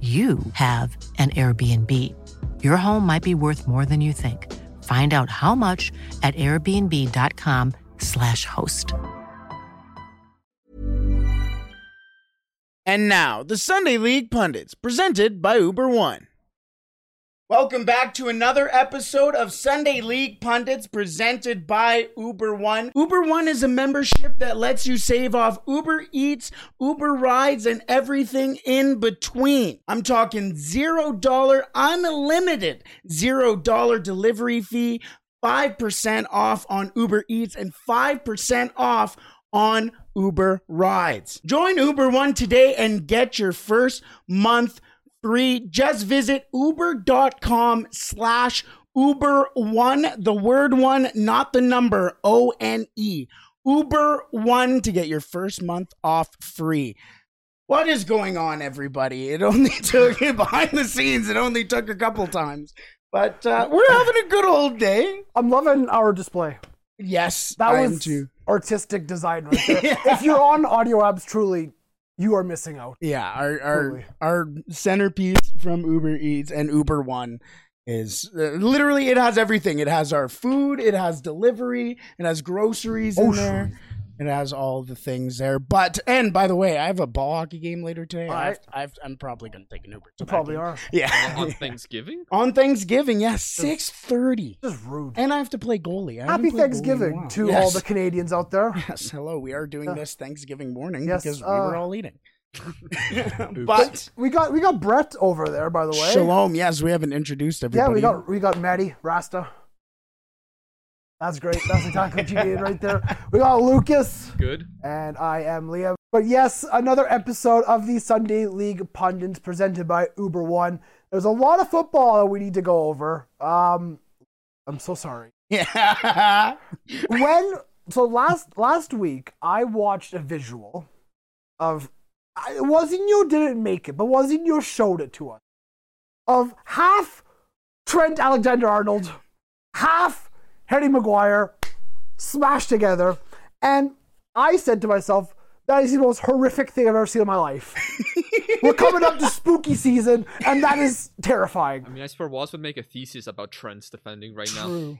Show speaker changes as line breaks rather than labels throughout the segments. you have an Airbnb. Your home might be worth more than you think. Find out how much at airbnb.com/slash host.
And now, the Sunday League Pundits, presented by Uber One. Welcome back to another episode of Sunday League Pundits presented by Uber One. Uber One is a membership that lets you save off Uber Eats, Uber Rides, and everything in between. I'm talking zero dollar, unlimited zero dollar delivery fee, 5% off on Uber Eats, and 5% off on Uber Rides. Join Uber One today and get your first month free. Just visit uber.com slash uber one, the word one, not the number, O N E. Uber one to get your first month off free. What is going on, everybody? It only took behind the scenes, it only took a couple times. But uh, we're having a good old day.
I'm loving our display.
Yes,
That
I am
was
too.
artistic design right there. If you're on audio apps, truly, you are missing out.
Yeah, our our
Totally.
our centerpiece from Uber Eats and Uber One is uh, literally it has everything. It has our food, it has delivery, it has groceries in there. It has all the things there. But and by the way, I have a ball hockey game later today. I have, I have, I'm probably gonna take an Uber. To that
You probably
game.
are.
Yeah.
Oh, on Thanksgiving?
On Thanksgiving, yeah, six thirty,
This is rude.
and I have to play goalie. I haven't
Happy
played goalie in a
Thanksgiving
while.
to
Yes.
all the Canadians out there.
Yes, hello. We are doing this Thanksgiving morning
Yes,
because we
uh,
were all eating. but
We got we got Brett over there, by the way.
shalom. Yes, we haven't introduced everybody.
Yeah, we got we got Maddie Rasta. That's great. That's exactly what you needed right there. We got Lucas.
Good.
And I am Liam. But yes, another episode of the Sunday League Pundits presented by Uber One. There's a lot of football we need to go over. Um, I'm so sorry.
Yeah.
When so last last week I watched a visual of I- Wazino didn't make it, but Wazino showed it to us of half Trent Alexander Arnold, half Harry Maguire smashed together, and I said to myself, that is the most horrific thing I've ever seen in my life. We're coming up to spooky season, and that is terrifying.
I mean, I swear Waz would make a thesis about Trent's defending right now.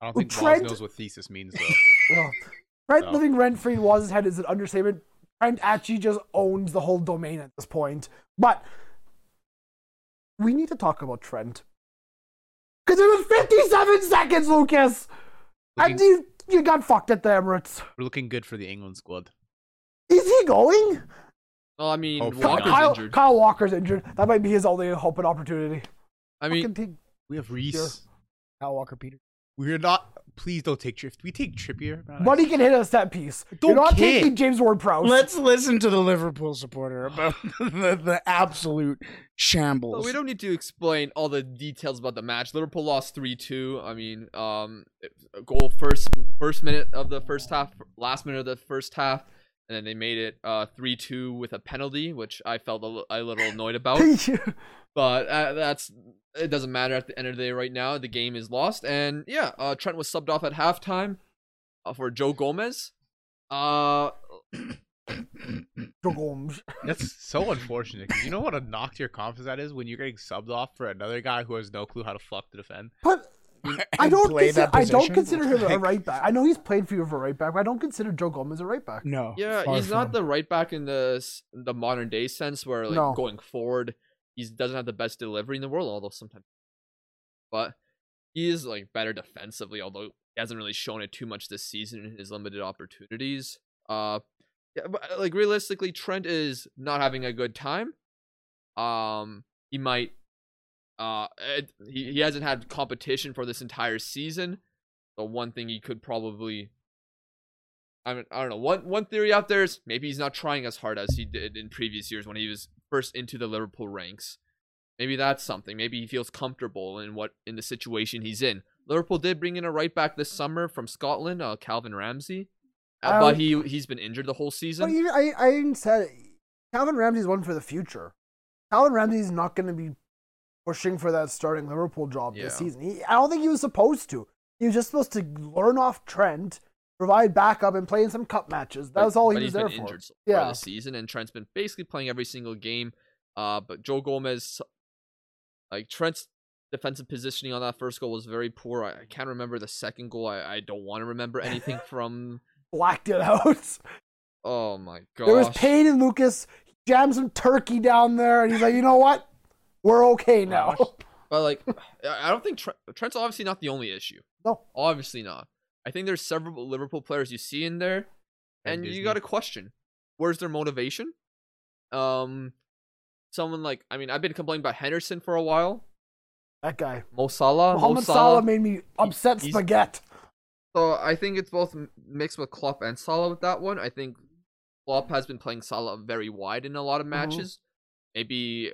I don't think
Trent-
Waz knows what thesis means though.
Ugh. Trent
No.
living rent free in Waz's head is an understatement. Trent actually just owns the whole domain at this point. But we need to talk about Trent. Because it was 57 seconds, Lucas! And
Looking,
you, you got fucked at the Emirates.
we're looking good for the England squad.
Is he going?
Well, I mean,
Hopefully
Walker's
not.
Kyle,
injured.
Kyle Walker's injured. That might be his only hope and opportunity.
I mean,
Fucking take-
We have Reese.
Kyle Walker Peter.
We're not. Please don't take Trippier. If we take Trippier, man,
money can hit a set piece. You're
don't
not
care.
taking James Ward Prowse.
Let's listen to the Liverpool supporter about the, the absolute shambles.
well, we don't need to explain all the details about the match. Liverpool lost three two. I mean, um, a goal first first minute of the first half, last minute of the first half, and then they made it uh three two with a penalty, which I felt a li- a little annoyed about. but uh, that's it doesn't matter at the end of the day right now the game is lost and yeah uh, trent was subbed off at halftime uh, for joe gomez uh
Gomes.
that's so unfortunate. 'cause you know what a knock to your confidence that is when you're getting subbed off for another guy who has no clue how to fuck to defend.
But I don't.
play
Consider,
that
I don't
position?
consider him a
Like-
right back. I know he's played for you for right back, but I don't consider Joe Gomez a right back.
No.
yeah
Oh, far
he's
from
not
it.
the right back in the s- the modern day sense where like
No.
going forward he doesn't have the best delivery in the world, although sometimes, but he is like better defensively, although he hasn't really shown it too much this season in his limited opportunities. Uh, yeah, but uh, like realistically, Trent is not having a good time. Um, he might. Uh, it, he he hasn't had competition for this entire season. The one thing he could probably. I mean, I don't know. One one theory out there is maybe he's not trying as hard as he did in previous years when he was first into the Liverpool ranks. Maybe that's something. Maybe he feels comfortable in what in the situation he's in. Liverpool did bring in a right back this summer from Scotland, uh, Calvin Ramsey, uh,
Um,
but he he's been injured the whole season.
But even, I, I even said it. Calvin Ramsey's one for the future. Calvin Ramsey's not going to be pushing for that starting Liverpool job this
Yeah.
season. He, I don't think he was supposed to. He was just supposed to learn off Trent, provide backup, and play in some cup matches. That
But-
was all
but
he was there
been
for.
Injured so far
Yeah.
this season, and Trent's been basically playing every single game. Uh, but Joe Gomez, like Trent's defensive positioning on that first goal was very poor. I, I can't remember the second goal. I, I don't want to remember anything from.
Blacked it out.
Oh my gosh!
There was pain in Lucas. He jammed some turkey down there, and he's like, you know what? We're okay now.
But like, I I don't think Trent, Trent's obviously not the only issue.
No.
obviously not. I think there's several Liverpool players you see in there, and,
And
you
Disney.
got to question where's their motivation. Um, someone like I mean I've been complaining about Henderson for a while.
that guy.
Mo Salah, Mo
Mohamed Salah made me upset
he's-
spaghetti.
So I think it's both m- mixed with Klopp and Salah with that one. I think Klopp has been playing Salah very wide in a lot of
Mm-hmm.
matches. Maybe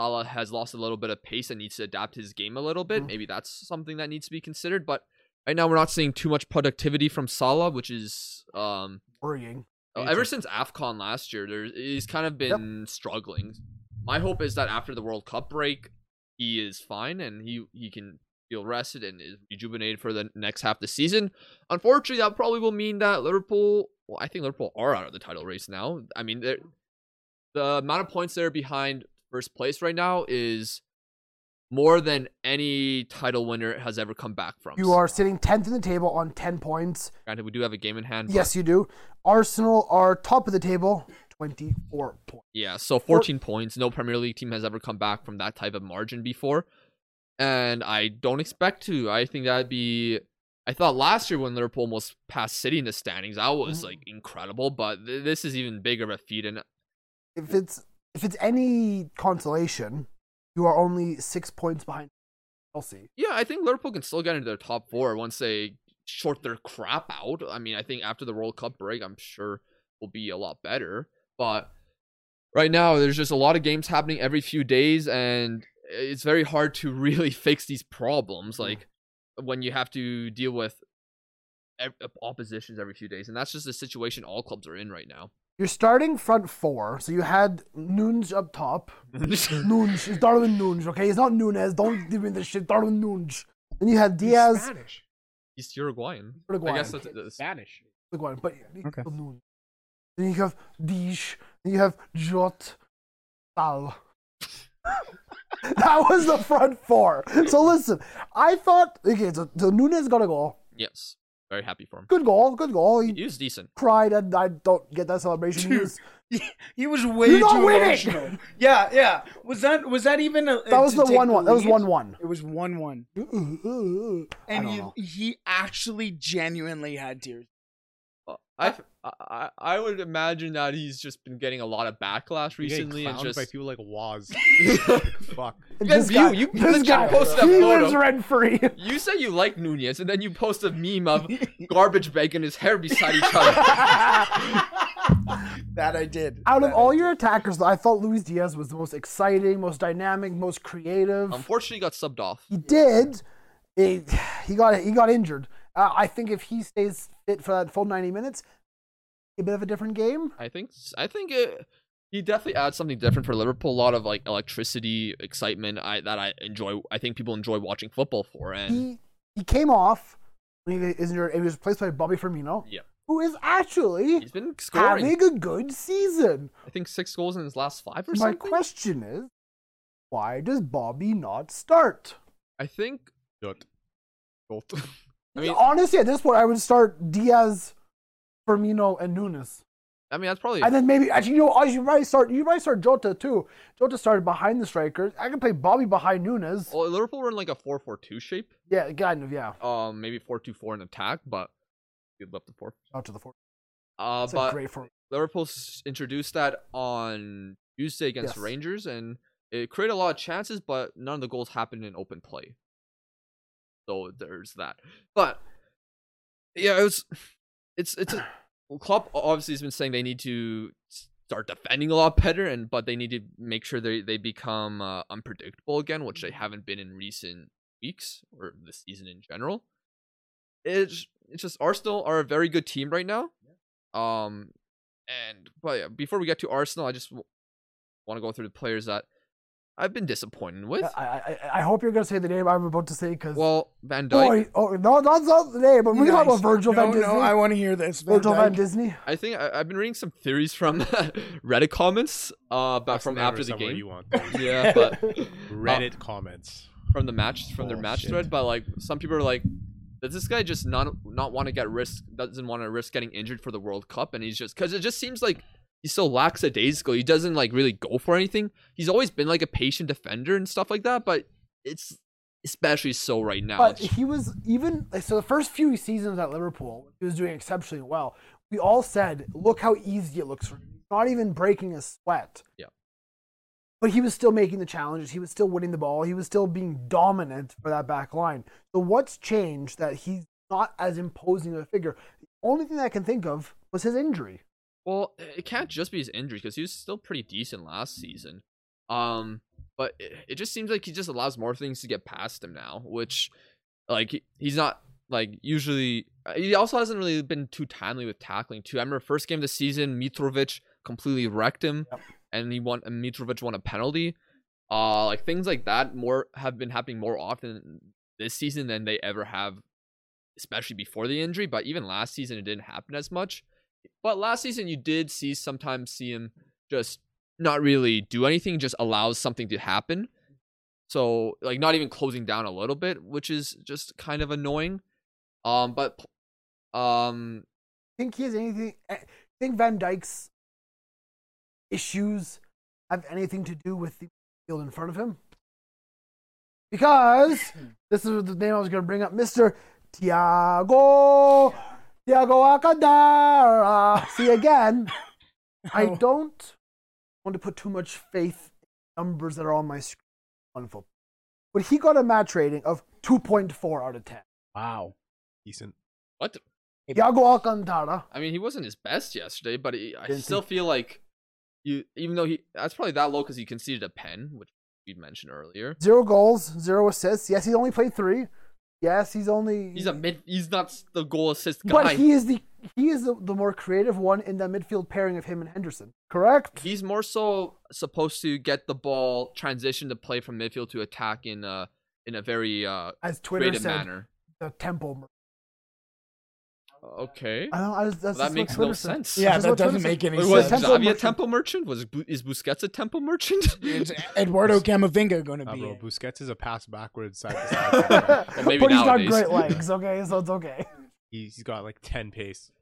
Salah has lost a little bit of pace and needs to adapt his game a little bit.
Mm-hmm.
Maybe that's something that needs to be considered. But right now we're not seeing too much productivity from Salah, which is um
Worrying.
uh,
Major.
ever since AFCON last year, there he's kind of
Yep.
been struggling. My hope is that after the World Cup break, he is fine and he he can feel rested and is rejuvenated for the next half of the season. Unfortunately, that probably will mean that Liverpool. Well, I think Liverpool are out of the title race now. I mean, they're- the amount of points they're behind first place right now is more than any title winner has ever come back from.
You are sitting 10th in the table on 10 points.
Granted, we do have a game in hand. but-
Yes, you do. Arsenal are top of the table, 24 points.
Yeah, so 14 points. No Premier League team has ever come back from that type of margin before. And I don't expect to. I think that'd be. I thought last year when Liverpool almost passed City in the standings, that was like incredible. But th- this is even bigger of a feat. And
If it's if it's any consolation, you are only six points behind Chelsea.
yeah, I think Liverpool can still get into their top four once they short their crap out. I mean, I think after the World Cup break, I'm sure will be a lot better. But right now, there's just a lot of games happening every few days, and it's very hard to really fix these problems. Like when you have to deal with ev- oppositions every few days, and that's just the situation all clubs are in right now.
You're starting front four, so you had Nunes up top. Nunes, it's Darwin Nunes, okay? It's not Nunes. Don't give me this shit. Darwin Nunes. Then you had Diaz,
Spanish.
He's Uruguayan. I
Uruguayan.
guess that's, that's
Spanish.
the one, but
Okay.
Nunes. Then you have Dish. Then you have Jot Tal. that was the front four. So listen, I thought okay, so, so Nunes got a goal.
yes. Very happy for him.
Good goal, good goal. He
He was decent.
cried and I don't get that celebration. He
Dude,
was-
He was way
You're not
too
winning!
emotional. Yeah, yeah. Was that was that even a
That was
to
the
take
one one. That was
lead?
one one.
It was one one.
I
And
don't
he
know.
he actually genuinely had tears.
Well, Uh, I, I I would imagine that he's just been getting a lot of backlash
You're getting
recently and
clowned
just
by people like Waz. Fuck.
This
you-
guy,
you-
this
you
guy,
posted that
he
photo.
lives rent free.
you say you like Nunez and then you post a meme of garbage bag and his hair beside each other.
That I did.
Out of
That
all
I
your attackers, though, I thought Luis Diaz was the most exciting, most dynamic, most creative.
Unfortunately, he got subbed off.
He did. He, he got he got injured. Uh, I think if he stays fit for that full ninety minutes, a bit of a different game.
I think I think it, he definitely adds something different for Liverpool. A lot of like electricity, excitement. I that I enjoy. I think people enjoy watching football for. And
He he came off when he is injured, and he was replaced by Bobby Firmino,
yeah,
who is actually
he's been scoring.
having a good season.
I think six goals in his last five or
My
something.
question is, why does Bobby not start?
I think.
Jot. Jot.
I mean,
honestly, at this point, I would start Diaz, Firmino, and Nunes.
I mean, that's probably.
And then maybe actually, you know, you might start. You might start Jota too. Jota started behind the strikers. I can play Bobby behind Nunes.
Oh.
Well, Liverpool were in like a four-four-two shape.
Yeah, kind of. Yeah,
Um, maybe four-two-four in attack, but we left the four.
out to the four.
Uh,
That's a
but
great four.
Liverpool s- introduced that on Tuesday against
Yes.
Rangers, and it created a lot of chances, but none of the goals happened in open play. So there's that. But yeah, it was. It's it's. A, well, Klopp obviously has been saying they need to start defending a lot better, and but they need to make sure they they become uh, unpredictable again, which
Mm-hmm.
they haven't been in recent weeks or this season in general. It's it's just Arsenal are a very good team right now. Um, and but yeah, before we get to Arsenal, I just w- want to go through the players that I've been disappointed with.
I, I I- I hope you're gonna say the name I'm about to say because
well, Van Dijk.
boy, oh no, that's not the name. But we talk about Virgil
no,
Van Disney.
No, I want to hear this. Van
Virgil Van
Dijk.
Disney.
I think I, I've been reading some theories from Reddit comments uh, about
That's
from
never
after the
somewhere
game. Oh.
You want those.
yeah, but
Reddit comments.
from the match from their match
Bullshit.
thread. But like some people are like, does this guy just not not want to get risk? Doesn't want to risk getting injured for the World Cup, and he's just because it just seems like he's so lackadaisical. He doesn't like really go for anything. He's always been like a patient defender and stuff like that, but it's especially so right now.
But
It's-
he was even like, so the first few seasons at Liverpool, he was doing exceptionally well. We all said, look how easy it looks for him. Not even breaking a sweat.
Yeah.
But he was still making the challenges. He was still winning the ball. He was still being dominant for that back line. So what's changed that he's not as imposing of a figure? The only thing I can think of was his injury.
Well, it can't just be his injury because he was still pretty decent last season. Um, but it, it just seems like he just allows more things to get past him now, which, like, he- he's not like usually. uh, He also hasn't really been too timely with tackling too. I remember first game of the season, Mitrovic completely wrecked him, and he won. And Mitrovic won a penalty. Uh, like things like that more have been happening more often this season than they ever have, especially before the injury. But even last season, it didn't happen as much. But last season, you did see sometimes see him just not really do anything, just allows something to happen. So like not even closing down a little bit, which is just kind of annoying. Um, but um,
Think he has anything eh, think Van Dyke's issues have anything to do with the field in front of him? Because this is the name I was gonna bring up, Mr. Tiago Tiago Acadara. See again. I don't want to put too much faith in numbers that are on my screen on football. But he got a match rating of 2.4 out of 10.
Wow.
Decent.
what? the-
Tiago Alcantara.
I mean, he wasn't his best yesterday, but he, I
Didn't
still
he?
feel like you, even though he that's probably that low because he conceded a pen, which we mentioned earlier.
Zero goals, zero assists. Yes, he's only played three. Yes, he's only
He's a mid. He's not s- the goal assist guy.
but he is the he is the, the more creative one in that midfield pairing of him and Henderson. Correct.
He's more so supposed to get the ball, transition to play from midfield to attack in a in a very uh,
As Twitter
creative
said,
manner.
the tempo. mur-
Okay,
I don't. I was, that's
Well, that
just what
makes no
Twitter said.
sense.
Yeah,
That's
that
what Twitter
doesn't
said.
make any
Wait,
sense.
was
Tempo
Xavi a
merchant.
tempo merchant? Was Bu- is Busquets a tempo merchant?
It's Eduardo Camavinga going to
Nah,
be.
Uh, bro,
it.
Busquets is a pass backwards side to side.
maybe
but he's
nowadays.
got great legs. Okay, so it's okay.
He's he's got like ten pace.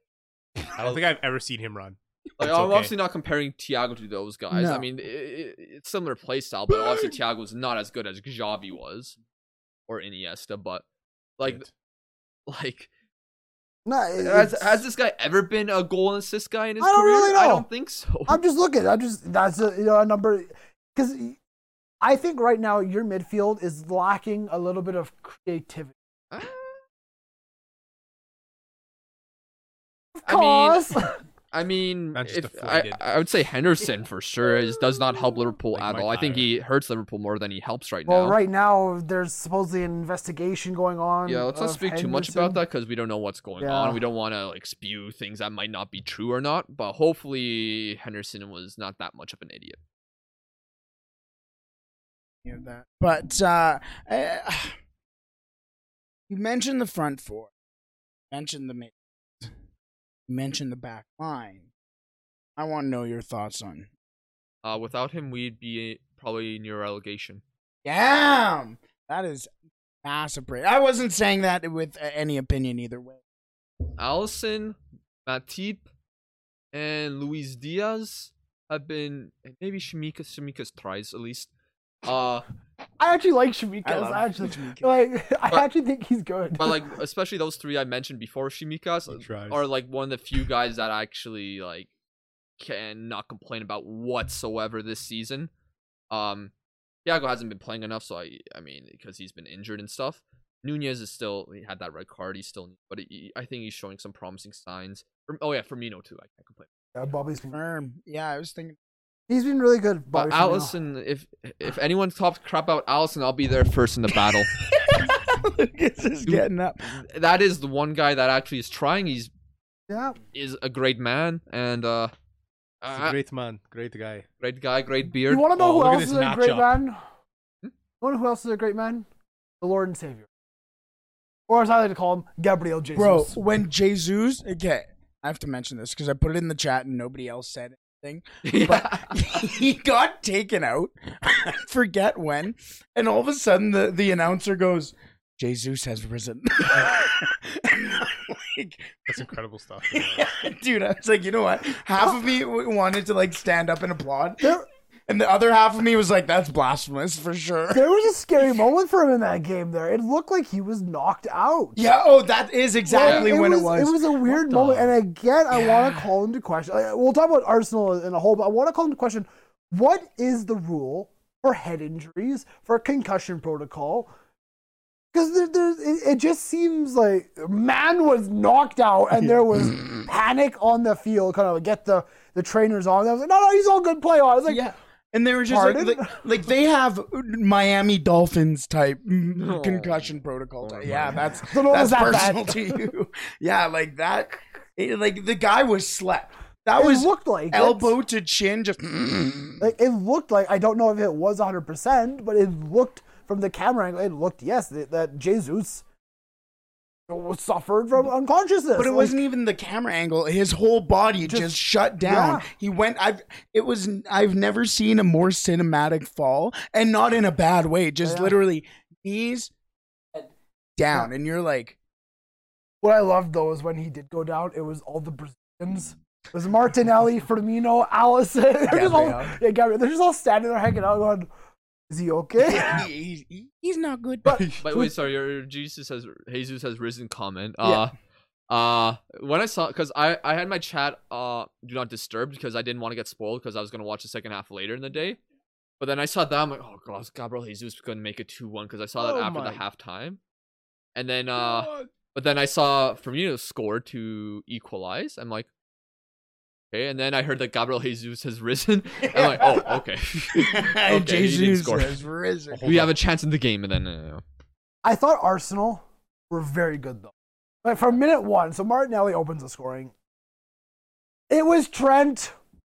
I don't think I've ever seen him run.
Like,
It's
I'm
okay.
obviously not comparing Thiago to those guys. I
No.
mean, i i it's similar play style, but obviously Thiago's not as good as Xavi was or Iniesta. But like,
Shit.
like
No, it-
has,
it's-
has this guy ever been a goal and assist guy in his
I don't
career?
really
I
know.
don't think so.
I'm just looking. I'm just that's a you know a number because I think right now your midfield is lacking a little bit of creativity.
Ah.
Of
I mean,
course.
I mean,
Not just
if, I,
deflated.
I would say Henderson for sure is, does not help Liverpool
Like
at
Mike
all. I think
Dyer.
he hurts Liverpool more than he helps right
Well,
now.
right now there's supposedly an investigation going on.
Yeah, let's not
of
speak too much about
Henderson.
that because we don't know what's going
Yeah.
on. We don't want to like spew things that might not be true or not. But hopefully, Henderson was not that much of an idiot.
hear that. But uh, I, you mentioned the front four, you mentioned the mid, you mentioned the back line. I want to know your thoughts on.
Uh, without him, we'd be probably near relegation.
Damn, that is massive. Break. I wasn't saying that with uh, any opinion either way.
Allison, Matip, and Luis Diaz have been and maybe Shamika. Shamika's tries at least. Uh,
I actually like Shamikas.
I love
I actually
Shimikas.
like. I
But-
actually think he's good.
but like especially those three I mentioned before, Shimikas
He tries.
are like one of the few guys that actually like can not complain about whatsoever this season. Um, Thiago hasn't been playing enough, so I I mean because he's been injured and stuff. Nunez is still he had that red card. He's still, but he, I think he's showing some promising signs. Firm- Oh yeah, Firmino too. I can't complain.
Yeah, Bobby's been,
Firm. Yeah, I was thinking.
he's been really good.
But
Bobby Firmino.
Allison, if if anyone talks crap about Allison, I'll be there first in the battle.
Lucas is getting up.
that is the one guy that actually is trying. He's
Yeah.
is a great man and uh,
He's
uh,
a great man, great guy.
great guy, great
You
beard. Hmm?
want to know who
Oh, look at
else
this
is a great
matchup.
man? You want to know who else is a great man? The Lord and Savior, or as I like to call him, Gabriel Jesus.
Bro, when Jesus, okay, I have to mention this because I put it in the chat and nobody else said anything. But he got taken out. I forget when. And all of a sudden, the, the announcer goes, Jesus has risen. And I'm like,
That's incredible stuff.
dude, I was like, you know what? Half of me w- wanted to like stand up and applaud.
There-
And the other half of me was like, that's blasphemous for sure.
there was a scary moment for him in that game. There, it looked like he was knocked out.
Yeah, oh, that is exactly when it was.
It was a weird moment, and again, I want to call into question. I- We'll talk about Arsenal in a whole, but I want to call into question: What is the rule for head injuries for concussion protocol? Because there, there's, it, it just seems like man was knocked out, and there was panic on the field. Kind of get the the trainers on. I was like, no, no, he's all good. Play on. I was like,
yeah. And they were just like,
Pardon?
like, like they have Miami Dolphins type mm,
Oh,
concussion protocol. yeah, that's
So no,
that's
it was that
personal
bad.
to you. Yeah, like that. it- like the guy was slept. That
It
was
looked like it.
elbow to chin. Just
Like it looked like I don't know if it was 100%, but it looked from the camera angle. It looked yes that, that Jesus was suffered from unconsciousness.
But it
Like,
wasn't even the camera angle. His whole body just,
Just-
shut down.
yeah.
He went. I've. It was. I've never seen a more cinematic fall, and not in a bad way. Just
Yeah.
literally knees down, and you're like,
What I loved though is when he did go down. It was all the Brazilians. It was Martinelli, Firmino, Allison. They're just all,
Gabriel.
yeah, Gabriel. They're just all standing there hanging out, going, "Is he okay?"
he's, he's not good.
But
But wait, sorry, your Jesus has Jesus has risen comment. Uh uh when I saw cuz I I had my chat uh do not disturb because I didn't want to get spoiled cuz I was going to watch the second half later in the day. But then I saw that I'm like, "Oh god, Gabriel Jesus is going to make it 2-1 cuz I saw that
Oh
after the
my
halftime." And then uh but then I saw Firmino score to equalize. I'm like Okay, and then I heard that Gabriel Jesus has risen. I'm like, oh, okay. okay he didn't
Jesus
score.
has risen.
We have a chance in the game, and then uh,
I thought Arsenal were very good though. Like from minute one, so Martinelli opens the scoring. It was Trent,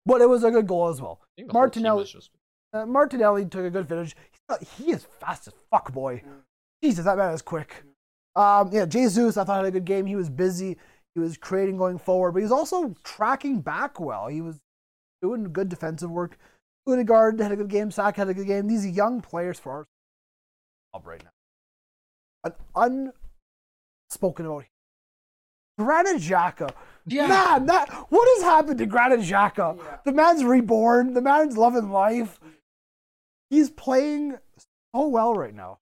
but it was a good goal as well.
I think the whole team
Martinelli,
was just-
uh, Martinelli took a good finish. He's not- he is fast as fuck, boy. Jesus, that man is quick. Um, yeah, Jesus, I thought had a good game. He was busy. He was creating going forward, but he was also tracking back well. He was doing good defensive work. Udegaard had a good game. Sack had a good game. These are young players for our up right now. An unspoken about. Granit Xhaka.
Yeah.
Man, that what has happened to Granit Xhaka? The man's reborn. The man's loving life. He's playing so well right now.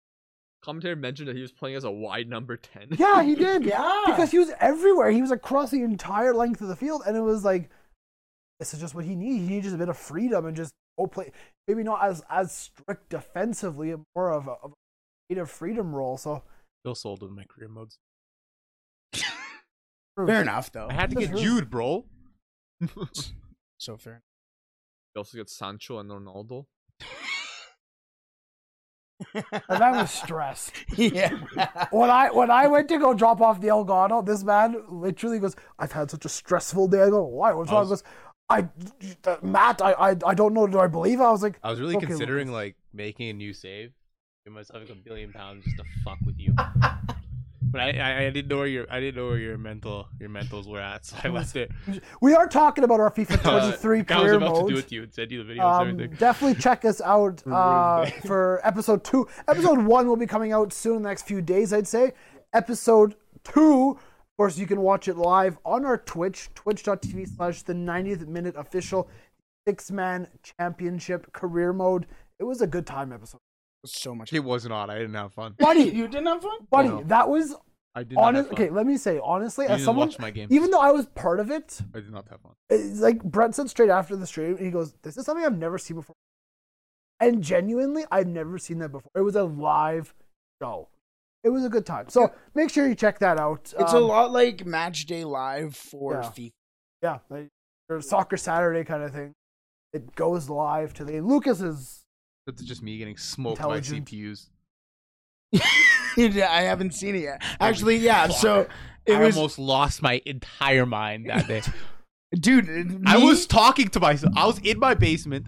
commentator mentioned that he was playing as a wide number 10.
Yeah, he did.
Yeah.
Because he was everywhere. He was across the entire length of the field. And it was like, this is just what he needs. He needs just a bit of freedom and just go play. Maybe not as, as strict defensively, and more of a, of a creative freedom role. So,
Still sold in my career modes.
Fair enough, though.
I had to
That's
get
really-
Jude, bro.
so fair.
He also got Sancho and Ronaldo.
that man was stressed.
yeah.
When I when I went to go drop off the Elgato, this man literally goes, "I've had such a stressful day." I go, "Why? What's wrong?" He goes, "I, uh, Matt, I, I, I don't know. Do I believe?" it?" I was like,
I was really
"Okay,
considering
Lucas."
like making a new save, give myself like a billion pounds just to fuck with you. but I, I, I didn't know where your I didn't know where your mental your mentals were at, so I left it.
we are talking about our FIFA 23
Uh, I was
career
about to do
modes.
it to you and send you the videos
Um,
and everything.
definitely check us out uh, for episode two. Episode one will be coming out soon in the next few days, I'd say. Episode two course, you can watch it live on our Twitch, twitch.tv slash the 90th minute official six man championship career mode. It was a good time episode.
So much.
It wasn't on. I didn't have fun.
Buddy,
You didn't have fun?
buddy,
No.
that was
I did not. Have
honest.
fun.
Okay, let me say, honestly,
You
as
didn't
someone,
watch my games.
even though I was part of it,
I did not have fun.
it's like Brent said straight after the stream, he goes, "This is something I've never seen before," and genuinely, I've never seen that before. It was a live show. It was a good time. So make sure you check that out.
It's a
Um,
lot like Match Day Live for
Yeah.
FIFA.
Yeah, like, or soccer Saturday kind of thing. It goes live to the Lucas is
That's just me getting smoked by
Intelligent.
CPUs.
I haven't seen it yet. Actually, yeah. So it
I
was,
almost lost my entire mind that day.
dude. it-
I
me-
was talking to myself. I was in my basement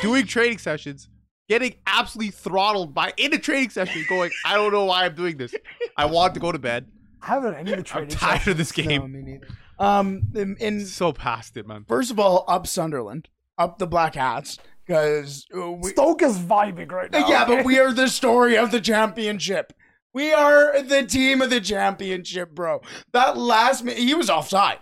doing training sessions, getting absolutely throttled by in a training session, going, I don't know why I'm doing this. I want to go to bed.
I haven't any of the
I'm
training.
tired of this
No,
game.
me neither. Um, and, and
So past it, man.
first of all, up Sunderland, up the Black Hats, because
sessions.
we,
Stoke is vibing right now.
yeah,
okay?
but we are the story of the championship. We are the team of the championship, bro. That last minute, he was offside.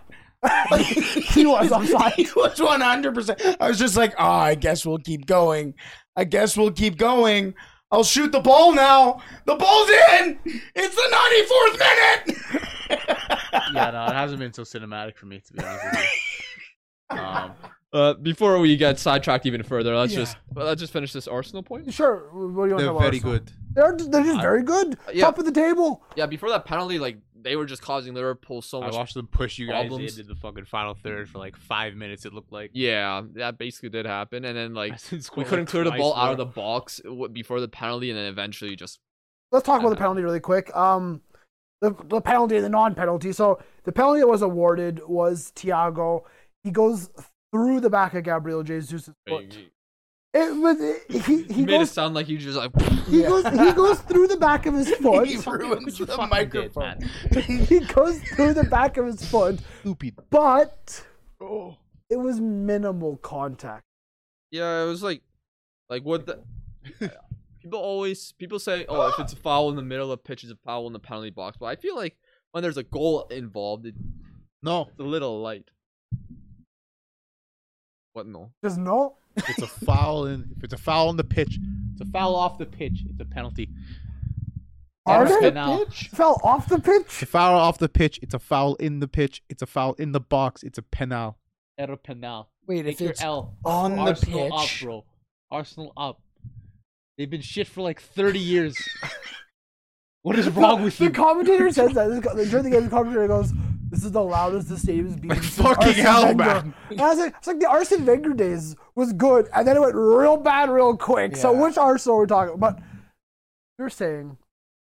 he
was offside.
He was one hundred percent. I was just like, ah, I guess we'll keep going. I guess we'll keep going. I'll shoot the ball now. The ball's in. It's the ninety fourth minute.
Yeah, no, it hasn't been so cinematic for me, to be honest with you. Um,
Uh, before we get sidetracked even further, let's
Yeah.
just well, let's just finish this Arsenal point.
sure. What do you want to
they're
know about
very
Arsenal?
good.
They're just, they're just very good.
yeah.
Top of the table.
Yeah, before that penalty, like they were just causing Liverpool so
I
much.
watched them push you guys
Problems.
into the fucking final third for like five minutes, it looked like.
Yeah, that basically did happen, and then like
Since
we
scoring
couldn't clear the
twice
ball out of the
more.
box w- before the penalty, and then eventually just
let's talk about the
Uh-huh.
penalty really quick. Um, the, the penalty and the non-penalty. So the penalty that was awarded was Thiago. He goes through the back of Gabriel Jesus' foot. It was he
He
he
made it
goes
sound like he just like
he goes he goes through the back of his foot.
He ruins
you
the
fucking did,
microphone.
he goes through the back of his foot,
Stupid.
but
Oh.
it was minimal contact.
yeah, it was like like what the people always people say oh if it's a foul in the middle of pitch it's a foul in the penalty box, but I feel like when there's a goal involved, it's
No,
a little light. What no?
Just no.
it's a foul in if it's a foul on the pitch, it's a foul off the pitch, it's a penalty.
Are
It's a
they?
penal-
Fell off the
It's a
pitch.
foul off the pitch, it's a foul in the pitch, it's a foul in the box, it's a penal.
Era penal.
Wait,
Take
if
your
it's
L.
on the
Arsenal
pitch.
up, bro. Arsenal up. They've been shit for like 30 years. what is wrong with
the
you?
commentator says that the- during the game. The commentator goes, "This is the loudest the stadium's been." since
Fucking
Arsene
hell,
Wenger."
man.
And I was like, it's like the Arsene Wenger days was good, and then it went real bad real quick. So
Yeah.
which Arsenal we're talking about? You're saying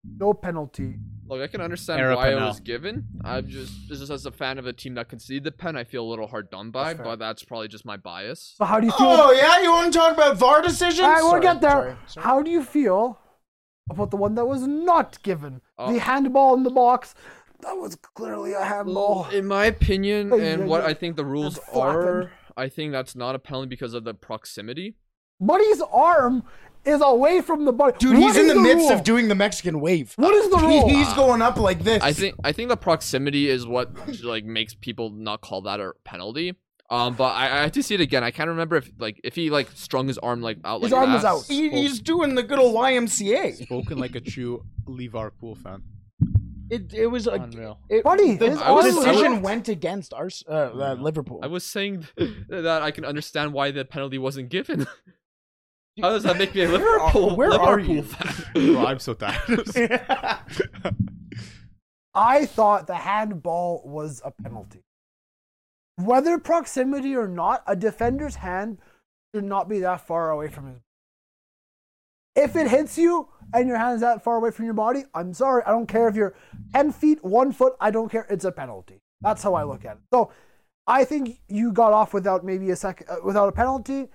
no penalty.
Look, I can understand
Era
why it
penal.
was given. I'm just just as a fan of a team that conceded the pen, I feel a little hard done by, but that's probably just my bias.
So how do you feel?
Oh yeah, you want to talk about VAR decisions?
All right, we'll
Sorry,
get there.
sorry, sorry.
How do you feel about the one that was not given?
Oh.
The handball in the box. That was clearly a
Oh,
handball.
In my opinion,
Ay,
and
ay,
what
ay.
I think the rules
That's flapping.
are, I think that's not a penalty because of the proximity.
Buddy's arm is away from the body.
Dude,
What
he's
is
in the, midst
rule?
of doing the Mexican wave.
What is the
He-
rule?
he's going up like this.
I think I think the proximity is what like makes people not call that a penalty. Um, but I, I have to see it again. I can't remember if like if he like strung his arm like out.
His
like
arm was
that.
out.
He- he's doing the good old YMCA.
Spoken like a true Liverpool fan.
It, it was like
Unreal.
it,
Buddy,
the
his
arm was
decision
out.
went against our uh, uh, Liverpool.
Mm-hmm. I was saying that I can understand why the penalty wasn't given. How does that make me a Liverpool?
where
Liverpool
are you?
fan?
Bro, I'm so tired.
I thought the handball was a penalty. Whether proximity or not, a defender's hand should not be that far away from his. If it hits you and your hand's that far away from your body, I'm sorry. I don't care if you're 10 feet, one foot, I don't care. It's a penalty. That's how I look at it. So I think you got off without maybe a second, uh, without a penalty.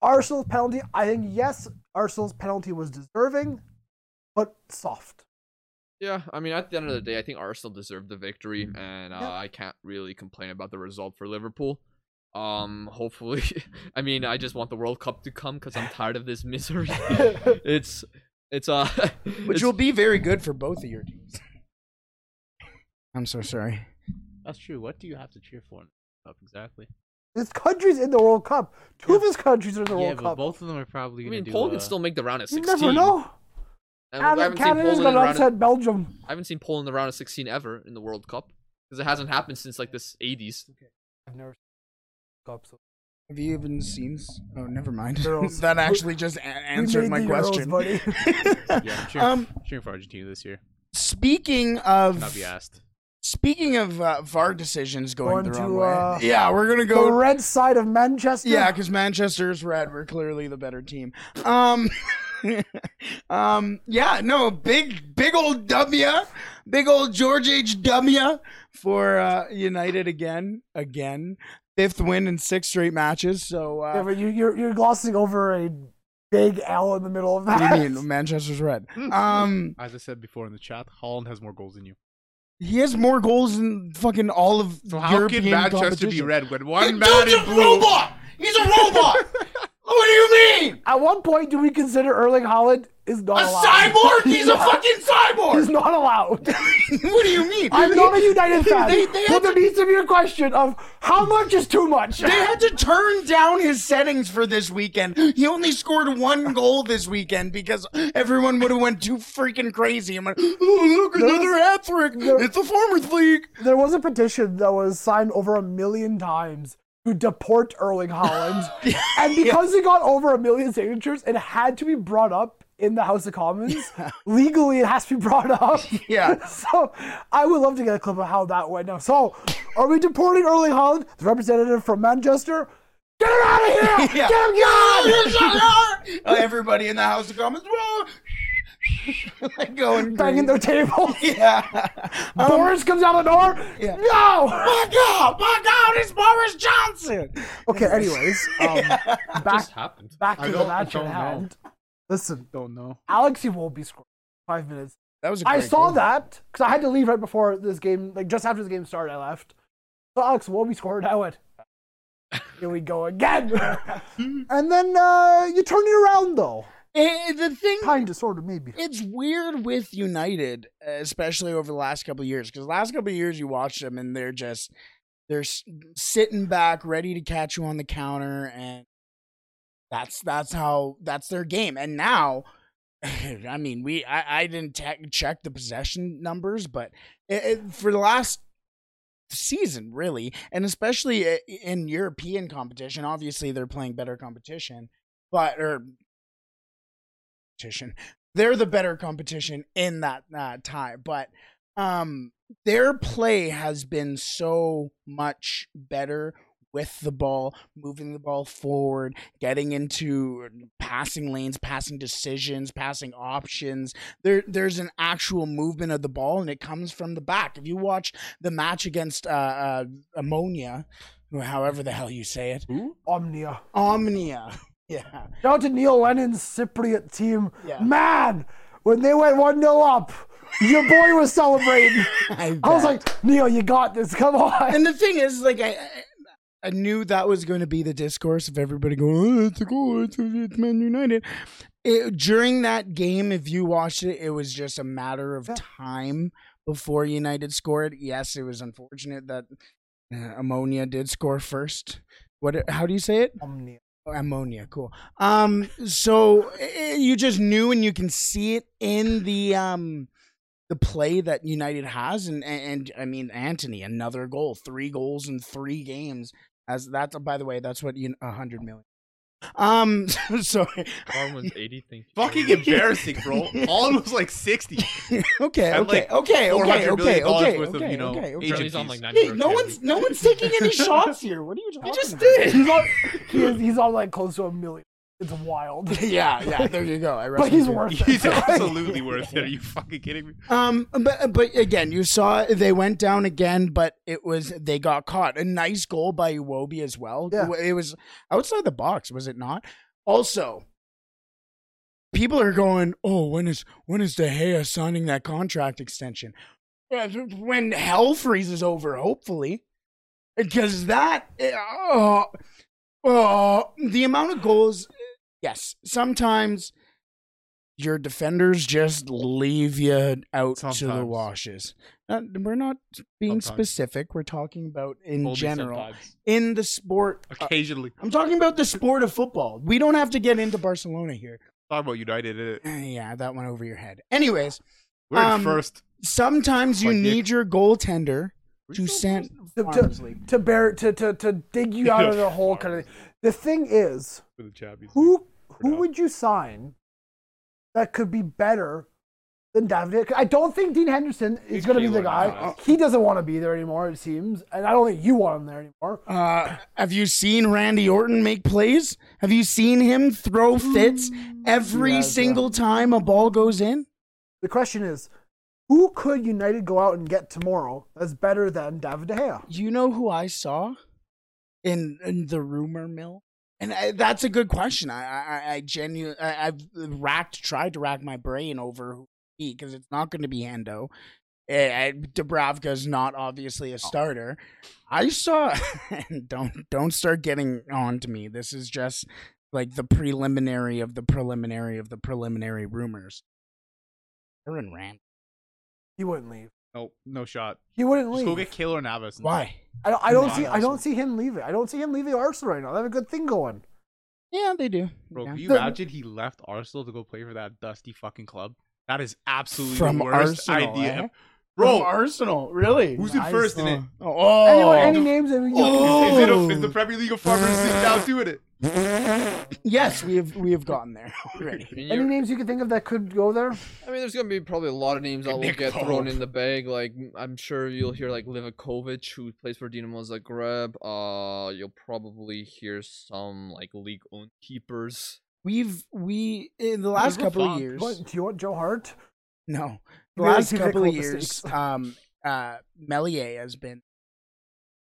Arsenal's penalty, I think, yes, Arsenal's penalty was deserving, but soft.
Yeah, I mean, at the end of the day, I think Arsenal deserved the victory,
Mm-hmm.
and uh,
Yeah.
I can't really complain about the result for Liverpool. Um, hopefully, I mean, I just want the World Cup to come because I'm tired of this misery. it's, it's uh,
Which
it's-
will be very good for both of your teams. I'm so sorry.
That's true. What do you have to cheer for? in the Cup exactly.
This country's in the World Cup. Two of his countries are in the
yeah,
World
but
Cup.
both of them are probably
I
gonna
mean,
do.
Poland
uh,
can still make the round of
you
16.
never know.
I, I
Adam
haven't seen
Canada's
Poland in the
gonna
round
upset
of,
Belgium.
I haven't seen Poland in the round of 16 ever in the World Cup because it hasn't happened since like this 80s.
I've never Cup, so
Have you even seen? s- Oh, never mind.
Girls.
that actually just a- answered
made
my
the
question.
Euros,
Yeah, I'm cheering,
um,
cheering for Argentina this year.
speaking of
Not be asked.
speaking of uh, VAR decisions going, the
Going to,
wrong
uh,
way. Yeah, we're gonna
the
go.
red side of Manchester.
Yeah, because Manchester's red. We're clearly the better team. Um, um, yeah, no, big, big old W, big old George H. W for uh, United again, again. Fifth win in six straight matches. So, uh,
Yeah, but you, you're you're glossing over a big L in the middle of
what
that.
do you mean Manchester's red?
Hmm.
Um,
As I said before in the chat, Holland has more goals than you.
he has more goals than fucking all of
So how
European
can Manchester be
competition.
red when
Hey,
one man
dude's
in
a
blue?
robot. He's a robot. what do you mean?
At one point, do we consider Erling Haaland is not
a
allowed?
cyborg? He's a
Yeah.
fucking cyborg.
He's not allowed.
what do you mean?
I'm not a United fan.
They, they,
so
had
there
to,
needs to be a question of how much is too much.
they had to turn down his settings for this weekend. He only scored one goal this weekend because everyone would have went too freaking crazy. I'm like, oh, look, another hat trick. It's the Farmers League.
There was a petition that was signed over a million times to deport Erling Haaland. and because it got over a million signatures, it had to be brought up in the House of Commons. Legally, it has to be brought up.
Yeah.
So I would love to get a clip of how that went now. So, are we deporting Erling Haaland, the representative from Manchester? Get him out of here!
Yeah.
Get him gone!
Uh, everybody in the House of Commons, whoa, like going
Banging their
crazy.
table.
Yeah. Um,
Boris comes out the door.
Yeah.
No!
Fuck out! Fuck out! It's Boris Johnson.
Okay, anyways, um, back,
happened.
back
I
to the
don't- I
match at
don't know.
hand. Listen,
Don't know.
Alexi won't be scoring five minutes.
That was. a
I
great
saw
goal.
that because I had to leave right before this game, like just after the game started, I left. So Alex won't be scoring. I went, here we go again. and then uh, you turn it around though,
Eh, the thing
kind of, sort of, maybe.
it's weird with United, uh, especially over the last couple of years, because last couple of years you watch them and they're just they're s- sitting back, ready to catch you on the counter, and that's that's how that's their game. And now, I mean, we I, I didn't te- check the possession numbers, but it, it, for the last season really and especially i- in european competition obviously they're playing better competition but or competition they're the better competition in that uh, time. But um, their play has been so much better with the ball, moving the ball forward, getting into passing lanes, passing decisions, passing options. There, there's an actual movement of the ball, and it comes from the back. If you watch the match against uh, uh, Ammonia, or however the hell you say it,
Omnia.
Omnia. Yeah.
Shout out to Neil Lennon's Cypriot team.
Yeah.
Man, when they went 1 0 up, your boy was celebrating.
I,
I was
bet.
like, Neil, you got this. Come on.
and the thing is, like, I, I- I knew that was going to be the discourse of everybody going, oh, it's a goal, it's, it's Man United. It, during that game, if you watched it, it was just a matter of time before United scored. Yes, it was unfortunate that uh, Ammonia did score first. What? How do you say it?
Omnia.
Oh, ammonia, cool. Um, so eh, you just knew, and you can see it in the um the play that United has, and and, and I mean Anthony, another goal, three goals in three games. As that's by the way, that's what you a hundred million. Um, sorry.
Harlan's 80. Thank you.
Fucking embarrassing, bro. Holland was like 60
Okay, okay,
And, like,
okay, okay, okay,
$400 million
okay,
worth of,
okay,
you know,
okay, okay.
agent
Germany's on like
fees.
90.
Hey, no one's no one's taking any shots here. What are you talking? I just
He's on, he is, he's on like close to a million. It's wild.
Yeah, yeah. There you go. I
But he's
referenced it.
worth
He's
it.
absolutely worth it. Are you fucking kidding me?
Um, but but again, you saw they went down again, but it was they got caught. A nice goal by Iwobi as well.
Yeah.
It was outside the box, was it not? Also, people are going, "Oh, when is when is De Gea signing that contract extension?" Yeah, When hell freezes over, hopefully, because that oh, oh the amount of goals. Yes, sometimes your defenders just leave you out to the
Sometimes.
washes. Not- we're not being
Sometimes.
specific. We're talking about in
Only
general
sometimes.
in the sport. uh,
Occasionally.
I'm talking about the sport of football. We don't have to get into Barcelona here. Eh,
Talk about United. innit?
Yeah, that went over your head. Anyways,
We're
Um,
in first.
sometimes you
Like Nick-
need your goaltender
We're
to
still
send
to,
Farmers
to,
League.
to bear to, to, to dig you out of the hole kind of thing. The thing is,
For the Champions League.
who who
now.
would you sign that could be better than David? I don't think Dean Henderson is
He's
going to be the
Keeler,
guy.
huh?
He doesn't want to be there anymore, it seems, and I don't think you want him there anymore.
Uh, have you seen Randy Orton make plays? Have you seen him throw fits every
Mm. Yeah,
single time a ball goes in?
The question is, who could United go out and get tomorrow that's better than David De Gea?
You know who I saw in, in the rumor mill? And I, that's a good question. I I, I genuinely I've racked tried to rack my brain over who because it's not going to be Hendo. Eh, Dubravka's not
Oh.
obviously a starter. I saw. don't don't start getting on to me. This is just like the preliminary of the preliminary of the preliminary rumors. Aaron Rand.
He wouldn't leave.
No, no shot.
He wouldn't
Just
leave.
go get Kaylor Navas. and-
Why?
I don't, I don't
Nah,
see. I
that's
don't
what-
see him leaving. I don't see him leaving Arsenal right now. They have a good thing going.
Yeah, they do.
Bro,
Yeah.
can you
The-
imagine he left Arsenal to go play for that dusty fucking club? That is absolutely
From
the worst
Arsenal,
idea.
eh?
Bro,
From Arsenal, really?
Who's in
I
first in
saw-
it?
Oh,
Anyone, any names? that we can-
Oh.
is, it a, is the Premier League of Farmers sitting down doing it?
yes, we have we have gotten there
I
already.
mean,
Any
you're-
names you can think of that could go there?
I mean, there's gonna be probably a lot of names that will
Nick
get
Pope.
thrown in the bag. Like I'm sure you'll hear like Livakovic, who plays for Dinamo Zagreb. Uh, you'll probably hear some like league owned keepers.
We've we in the last couple of years.
What, do you want Joe Hart?
No, the
Really,
last
people make
couple of
cool
years,
mistakes.
um, uh, Melier has been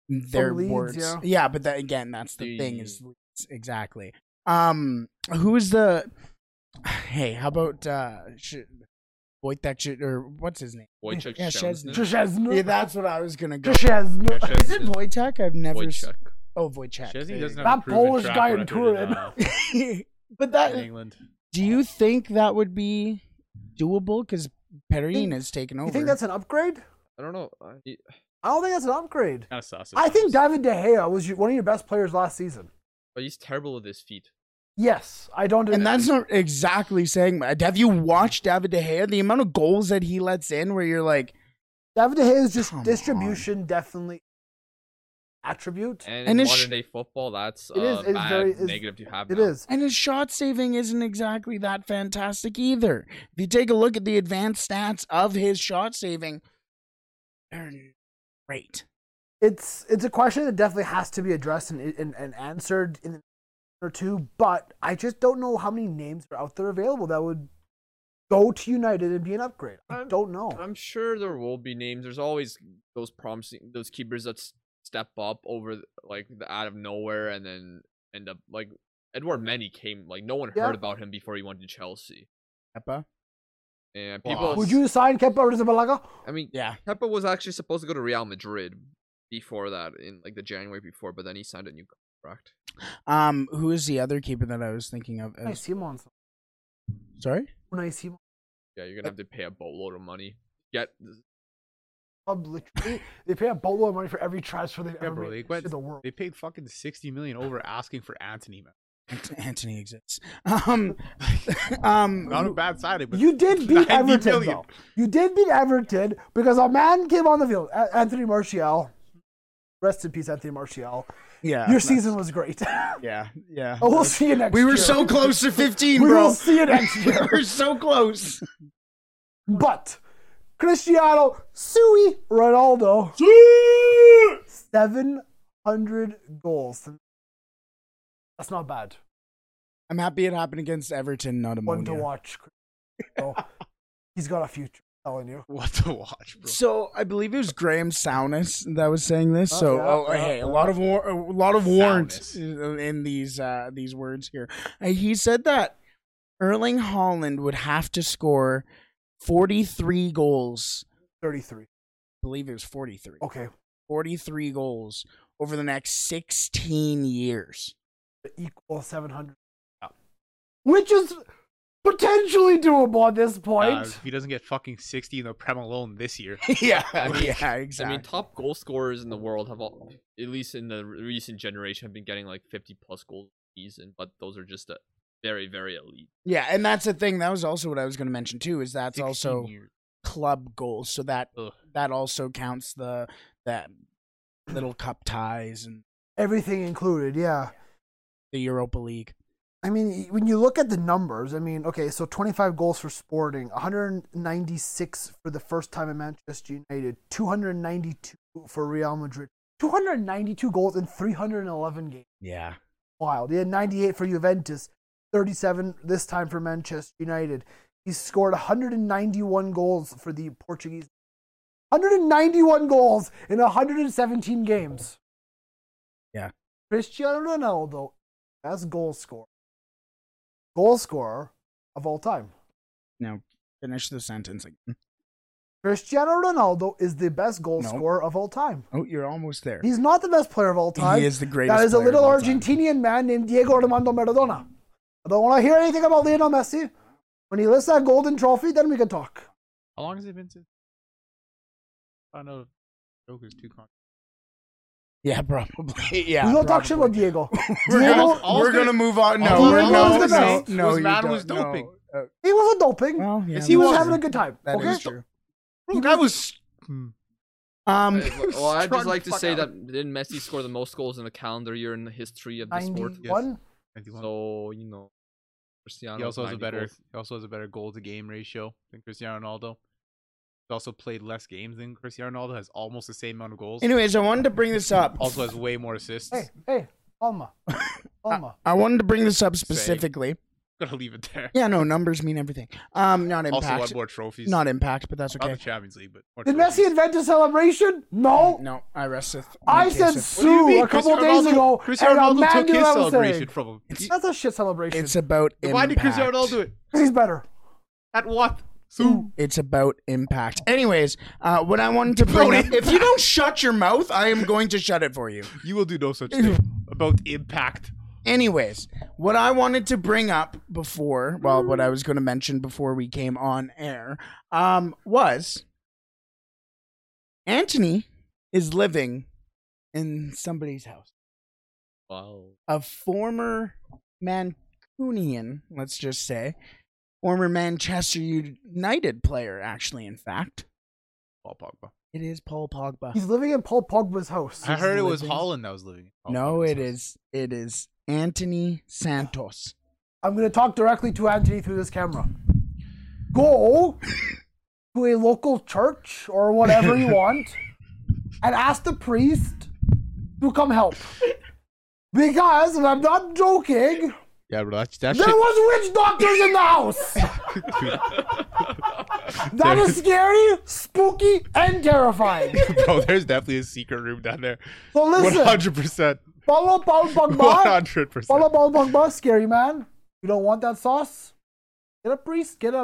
their
Leeds,
words.
yeah.
but that again, that's the thing is
The-
Leeds, exactly. Um, who is the? Hey, how about uh, Sh- Wojtek Sh- or what's his name?
Wojciech
Yeah,
Szczęsny.
Szczęsny.
Chesno.
Yeah, that's what I was gonna go.
Chesno.
Is it Wojtek? I've never. s-
Wojciech.
Oh, Wojciech.
Chesney
there
doesn't
you
have
That
a proven
Polish
track
guy in
record
Turin.
uh,
go. but
in
that.
England.
Do you think that would be doable? Because Perrin has taken over.
You think that's an upgrade?
I don't know. I, he-
I don't think that's an upgrade.
Kind of sus.
I think
sometimes.
David De Gea was your- one of your best players last season.
but he's terrible with his feet.
Yes, I don't.
and that's not exactly saying. Have you watched David De Gea? The amount of goals that he lets in, where you're like,
David De Gea is just
Come on.
distribution, definitely attribute.
And,
And
in
it's
modern
sh-
day football, that's uh,
It is- it is
bad
very- it's-
negative to have.
It
now.
is.
and his shot saving isn't exactly that fantastic either. If you take a look at the advanced stats of his shot saving, they're great.
It's it's a question that definitely has to be addressed and and, and answered in a minute or two. But I just don't know how many names are out there available that would go to United and be an upgrade. I
I'm-
don't know.
I'm sure there will be names. There's always those promising those keepers that s- step up over th- like the, out of nowhere and then end up like Edward Many came like no one
Yeah.
heard about him before he went to Chelsea.
Kepa?
And
Wow.
people
Would you sign Kepa Arrizabalaga?
I mean
Yeah.
Kepa was actually supposed to go to Real Madrid before that in like the January before, but then he signed a new contract.
Um, who is the other keeper that I was thinking of?
Unai Simon.
Sorry?
Unai Simon.
Yeah, you're gonna have to pay a boatload of money. Get
Club literally- they pay a boatload of money for every transfer they've
Yeah,
ever
bro, they
made
went-
to the world.
They paid fucking 60 million over asking for Anthony, man.
Anthony exists. Um, um,
Not a bad side, but
You did beat
90
Everton,
million.
though. You did beat Everton because our man came on the field, A- Anthony Martial. Rest in peace, Anthony Martial.
yeah, no-
Your season was great. oh,
yeah, yeah.
we'll see you next.
We were
year.
so close to 15,
We
bro.
will see you next year.
we are so close.
But Cristiano Sui Ronaldo, seven hundred goals. That's not bad.
I'm happy it happened against Everton, not
One to
Ammonia.
watch. Cristiano. He's got a future. I'm telling you.
What to watch, bro?
So I believe it was Graham Souness that was saying this. So
yeah,
oh,
yeah,
hey,
yeah.
a lot of war- a lot of warrant
Souness.
in these uh, these words here. Uh, he said that Erling Holland would have to score 43 goals.
Thirty-three.
I believe it was 43.
Okay.
43 goals over the next 16 years.
equal 700. Which is potentially doable at this point.
Uh, if he doesn't get fucking 60 in the Prem alone this year.
yeah,
mean-
yeah,
I
exactly.
mean, top goal scorers in the world have all, at least in the recent generation, have been getting like 50 plus goals a season, but those are just a very, very elite.
yeah, and that's the thing. That was also what I was going to mention too. Is that's
16
also
years.
club goals, so that
Ugh.
that also counts the that little cup ties and
Everything included, yeah.
the Europa League.
I mean, when you look at the numbers, I mean, okay, so 25 goals for Sporting, 196 for the first time in Manchester United, 292 for Real Madrid, 292 goals in 311 games.
Yeah,
Wild. He had 98 for Juventus, 37 this time for Manchester United. He scored 191 goals for the Portuguese. 191 goals in 117 games.
Yeah.
Cristiano Ronaldo, best goal scorer, goal scorer of all time.
now finish the sentence. "Mm, Again.
Cristiano Ronaldo is the best goal
No.
scorer of all time.
Oh, you're almost there.
He's not the best player of all time.
He is the greatest
That is a
player of
little
all time.
Argentinian man named Diego Armando Maradona. I don't want to hear anything about Lionel Messi. When he lifts that golden trophy, then we can talk.
How long has it been since? I know Joker's too con-
Yeah, probably. Yeah,
we don't talk shit about
probably.
Diego.
We're,
Diego,
gonna,
all-
we're gonna move on. No,
all
we're
Diego
no,
was the
no,
best.
no,
Was
you
Madden
don't-
was doping.
no. Uh,
he wasn't doping.
well, yeah,
Yes,
he
he
was,
was.
having a good time.
That
okay?
is true.
Bro, guy was.
Um,
Uh, well, I'd
Strong
just like to
fuck
say
out.
that didn't Messi score the most goals in the calendar year in the history of the sport?
91.
So you know, Cristiano.
He also has a
90
better
goals.
he also has a better goal to game ratio than Cristiano Ronaldo. He's also played less games than Cristiano Ronaldo, has almost the same amount of goals.
anyways, I wanted to bring this up.
also has way more assists.
Hey, hey, Alma. Alma.
I wanted to bring this up specifically.
Gotta leave it there.
Yeah, no, numbers mean everything. Um, not impact.
also won more trophies.
Not impact, but that's
Not
okay.
the Champions League, but more
Did
trophies.
Messi invent a celebration? No.
No, I resteth.
I
my
said
case.
sue a couple days ago.
Cristiano
and
Ronaldo
Emmanuel
took his
was
celebration
saying,
from him. He-
That's a shit celebration.
It's about impact.
Why did Cristiano Ronaldo do it?
'Cause He's better.
At what? Sue.
It's about impact. Anyways, uh, what I wanted to bring up, if you don't shut your mouth, I am going to shut it for you.
You will do no such thing. About impact.
Anyways, what I wanted to bring up before, well, what I was going to mention before we came on air, um, was Anthony is living in somebody's house.
Wow.
A former Mancunian, let's just say, former Manchester United player, actually, in fact.
Paul Pogba.
It is Paul Pogba.
He's living in Paul Pogba's house.
I heard it was
living-
Holland that was living. in Paul
no,
Pogba's
it
house.
is. It is Anthony Santos.
I'm going to talk directly to Anthony through this camera. Go to a local church or whatever you want and ask the priest to come help. Because, and I'm not joking,
Yeah, bro. That's, that
there was witch doctors in the house. That is scary, spooky, and terrifying.
shit. bro, there's definitely a secret room down there.
So listen,
100%.
follow Paul Pogba.
100%.
Follow Paul Pogba, scary man. You don't want that sauce? Get a priest, get a,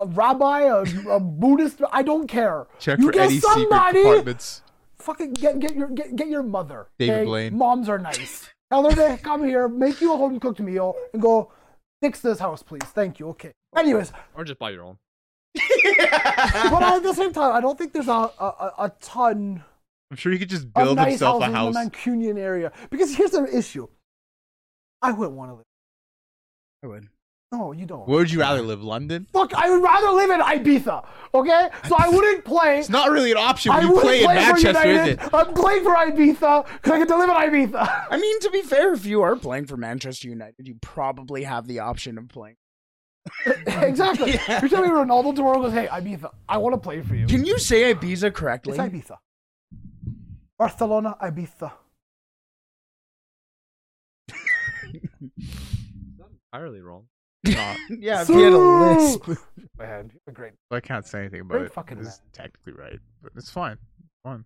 a rabbi, a, a Buddhist. I don't care.
Check
you
for
get
any
somebody.
secret compartments.
Fucking get get your get, get your mother.
David
okay?
Blaine.
Moms are nice. Tell her to come here, make you a home cooked meal, and go fix this house, please. Thank you. Okay. Anyways,
Or just buy your own.
but at the same time, I don't think there's a a, a- a ton
I'm sure he could just
a
build
Oh, nice
himself
house
a house.
in the Mancunian area. Because here's the issue. I wouldn't want to live.
I would.
No, you don't.
Where would you rather live, London?
Fuck, I would rather live in Ibiza. Okay, so I wouldn't play.
It's not really an option
I
when you
wouldn't
play in Manchester, is it?
I'm playing for Ibiza because I get to live in Ibiza.
I mean, to be fair, if you are playing for Manchester United, you probably have the option of playing.
exactly. You're telling me Ronaldo tomorrow goes, "Hey, Ibiza, I want to play for you."
Can you say Ibiza correctly?
It's Ibiza. Barcelona, Ibiza.
Entirely wrong.
Nah,
yeah, if you had a lisp.
Sue! Man, you're great.
I can't say anything about
Great
it.
fucking
This is technically right, but it's fine. Fine.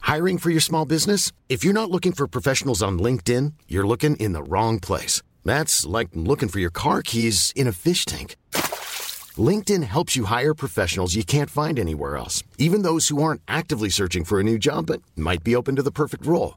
Hiring for your small business? If you're not looking for professionals on LinkedIn, you're looking in the wrong place. That's like looking for your car keys in a fish tank. LinkedIn helps you hire professionals you can't find anywhere else, even those who aren't actively searching for a new job but might be open to the perfect role.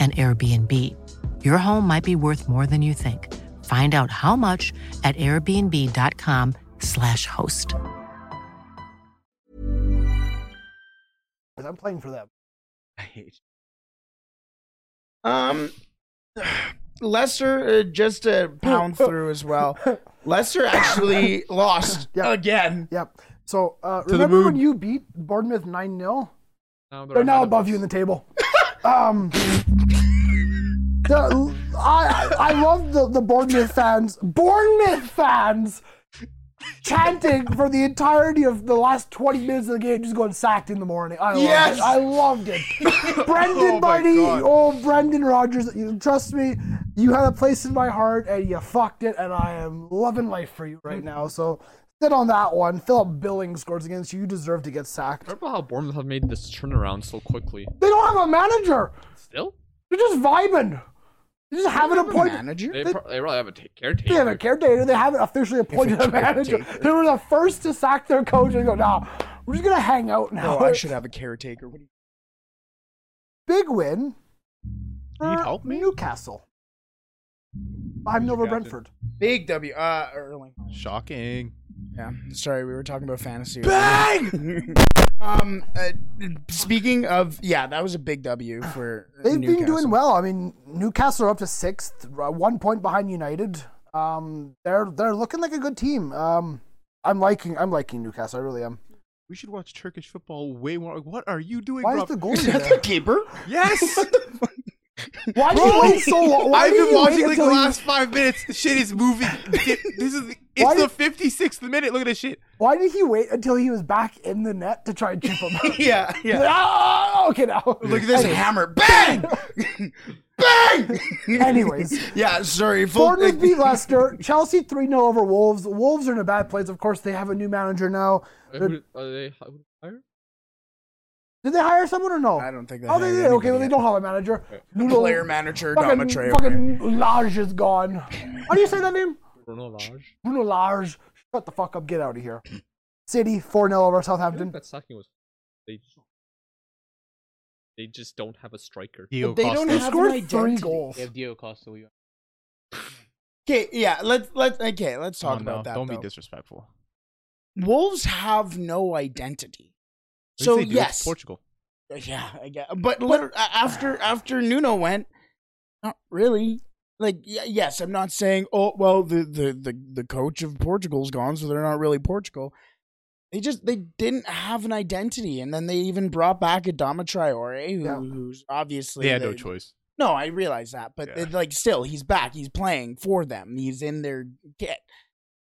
an Airbnb. Your home might be worth more than you think. Find out how much at airbnb.com/slash host.
I'm playing for them.
I hate
Um, Lester uh, just to pound through as well. Lester actually lost
Yeah.
again.
Yep. So uh,
the
remember when
moon.
you beat Bournemouth nine 0
Now
They're now above you in the table. um, the, I I love the the Bournemouth fans. Bournemouth fans chanting for the entirety of the last 20 minutes of the game, just going sacked in the morning. I loved
Yes.
it. I loved it. Brendan
Oh my
Buddy,
God.
oh Brendan Rogers, you, trust me, you had a place in my heart and you fucked it, and I am loving life for you
Mm-hmm.
right now. So sit on that one. Philip Billings scores against you. You deserve to get sacked.
Remember how Bournemouth have made this turnaround so quickly?
They don't have a manager.
Still,
They're just vibing. They just haven't appointed.
manager.
they, pro- they probably have a take caretaker.
They haven't caretaker. They haven't officially appointed a manager. They were the first to sack their coach and go, "Nah, we're just gonna hang out now."
No,
Oh,
I should have a caretaker. What do you-
Big win.
Need
for
help, man?
Newcastle. I'm over
Newcastle.
Brentford.
Big W. Uh, Erling.
Shocking.
Yeah. Sorry, we were talking about fantasy. um, uh, speaking of, yeah, that was a big W for.
They've been
Newcastle.
doing well. I mean, Newcastle are up to sixth, uh, one point behind United. Um, they're they're looking like a good team. Um, I'm liking I'm liking Newcastle. I really am.
We should watch Turkish football way more. What are you doing,
Why
bro?
is the goalie
Is that the
there?
keeper?
yes.
Why did you wait so long? Why
I've
did you
been
wait
watching like the
until you-
last five minutes. The shit is moving. this is it's
Why
the
did-
fifty sixth minute. Look at this shit.
Why did he wait until he was back in the net to try and chip him? out?
yeah,
He's
yeah.
like, "Ah, okay now.
Look at this.
And hammer. Bang! Bang!
Anyways.
yeah, sorry. Full
Bournemouth beat Leicester. Chelsea 3 0 over Wolves. Wolves are in a bad place. Of course, they have a new manager now.
Who- Are they who- higher?
Did they hire someone or no?
I don't think they
Oh, they
hired
did. Okay,
anybody
well, they
yet.
don't have a manager. Noodle-
player manager Dom
Fucking,
Atreyu.
fucking Large is gone. How do you say that name?
Bruno Lage.
Bruno Large. Shut the fuck up. Get out of here. City 4 0 over
I think
Southampton.
that sacking was. They. They just don't have a striker.
Diego
they don't
They
have an
scored
identity.
three goals.
They have Dio Costa. We
Okay, yeah. Let's let okay. Let's talk
Oh, no,
about that.
Don't
though.
be disrespectful.
Wolves have no identity.
At least
So
they do. It's
yes,
Portugal.
yeah, I guess. But liter- a- after after Nuno went, not really. Like y- yes, I'm not saying oh well the the the, the coach of Portugal's gone, so they're not really Portugal. They just they didn't have an identity, and then they even brought back Adama Traore, who,
Yeah.
who's obviously
They had no
the-
choice.
No, I realize that, but
Yeah.
it- like still, he's back. He's playing for them. He's in their kit,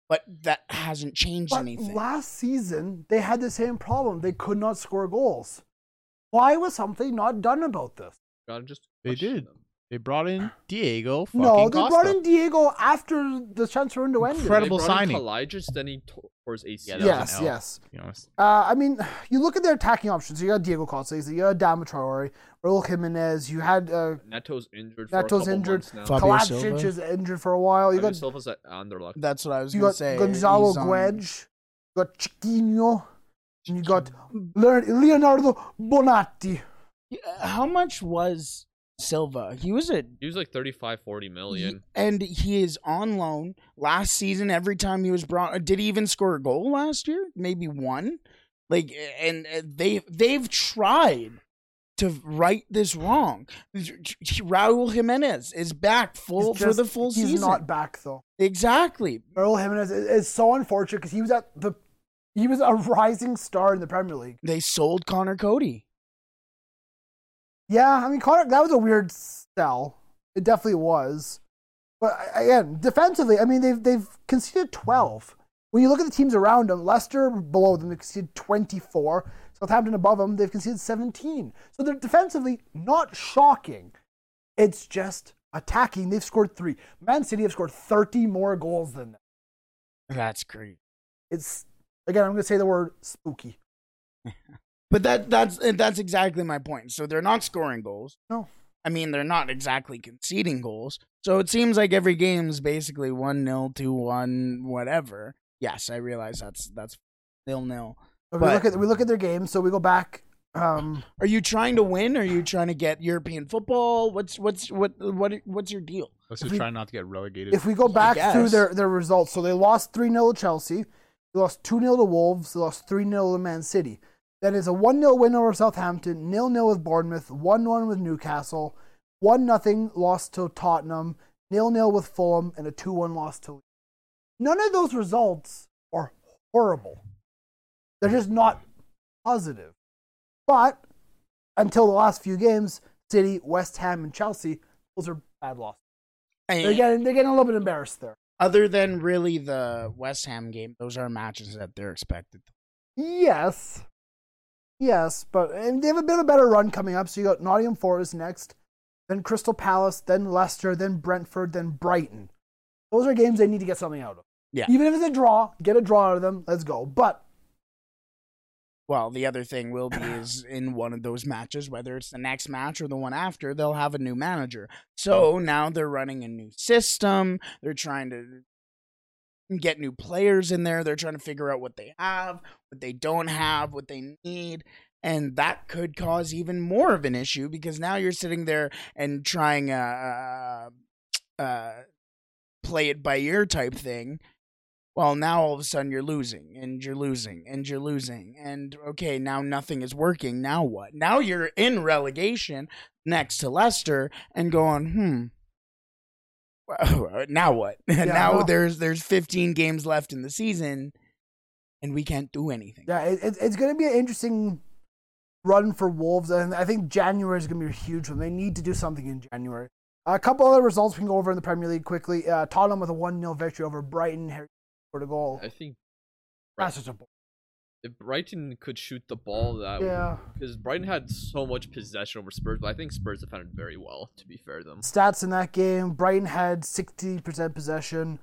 but that hasn't changed
But
anything.
last season, they had the same problem. They could not score goals. Why was something not done about this?
Gotta just.
They
question
did.
them.
They brought in Diego. Fucking
No, they
Costa.
brought in Diego after the transfer window ended.
They
Incredible
brought
signing.
In Kalajdzic, then he tore his ACL.
Yeah, that was
yes,
an L.
yes.
To be honest.
Uh, I mean, you look at their attacking options. You got Diego Costa, you got Dama Traore, Raul Jimenez. You had uh,
Neto's injured. For
Nato's
a
injured.
Now.
Fuck. Fabio
Kovacic
Silva.
is injured for a while. You
Fabio
got
Silva's at Anderlecht.
That's what I was
you
gonna
got
say.
Gonzalo
He's on-
Guedj, you got Chiquinho, and you got Leon- Leonardo Bonatti.
Yeah, How uh, much was Silva. He was a
He was like 35, 40 million.
and he is on loan. Last season, every time he was brought, did he even score a goal last year? Maybe one. Like, and uh, they they've tried to right this wrong. Raul Jimenez is back full
He's
for
just-
the full
he's
season.
not back though.
Exactly.
Earl Jimenez is, is so unfortunate because he was at the he was a rising star in the Premier League.
They sold Connor Cody.
Yeah, I mean Connor, that was a weird sell. It definitely was. But I- again, defensively, I mean they've they've conceded twelve. When you look at the teams around them, Leicester below them they conceded twenty four. Southampton above them they've conceded seventeen. So they're defensively not shocking. It's just attacking. They've scored three. Man City have scored thirty more goals than them.
That's great.
It's again, I'm going to say the word spooky.
But that that's and that's exactly my point. So they're not scoring goals.
No.
I mean they're not exactly conceding goals. So it seems like every game is basically one 0 two one, whatever. Yes, I realize that's that's nil nil.
But we
But-
look at we look at their game. So we go back. Um,
Are you trying to win? Are you trying to get European football? What's what's what what what's your deal?
Let's
If
just
we-
try not to get relegated.
if we go back through
guess.
their, their results, so they lost 3 0 to Chelsea, they lost 2 0 to Wolves, they lost 3 0 to Man City. Then it's a 1 0 win over Southampton, 0 0 with Bournemouth, 1 1 with Newcastle, 1 0 loss to Tottenham, 0 0 with Fulham, and a 2 1 loss to Leeds. None of those results are horrible. They're just not positive. But until the last few games, City, West Ham, and Chelsea, those are bad losses. They're
And
getting, they're getting a little bit embarrassed there.
other than really the West Ham game, those are matches that they're expected. to-
Yes. Yes, but and they have a bit of a better run coming up. So you got Nottingham Forest next, then Crystal Palace, then Leicester, then Brentford, then Brighton. Those are games they need to get something out of.
Yeah.
Even if it's a draw, get a draw out of them. Let's go. But
Well, the other thing will be is in one of those matches, whether it's the next match or the one after, they'll have a new manager. So now they're running a new system. They're trying to get new players in there. They're trying to figure out what they have, what they don't have, what they need. And that could cause even more of an issue because now you're sitting there and trying a uh, uh, play it by ear type thing well now all of a sudden you're losing and you're losing and you're losing and okay now nothing is working now what now you're in relegation next to leicester and going hmm well, now what
Yeah, I
now
know.
there's there's 15 games left in the season and we can't do anything
yeah, it, it, it's going to be an interesting run for Wolves, and I think January is going to be a huge one. They need to do something in January. A couple other results we can go over in the Premier League quickly. Uh, Tottenham with a 1 0 victory over Brighton. Harry scored a goal.
I think
That's just a ball.
if Brighton could shoot the ball that
Yeah.
because Brighton had so much possession over Spurs, but I think Spurs defended very well. To be fair to them,
stats in that game. Brighton had 60% possession.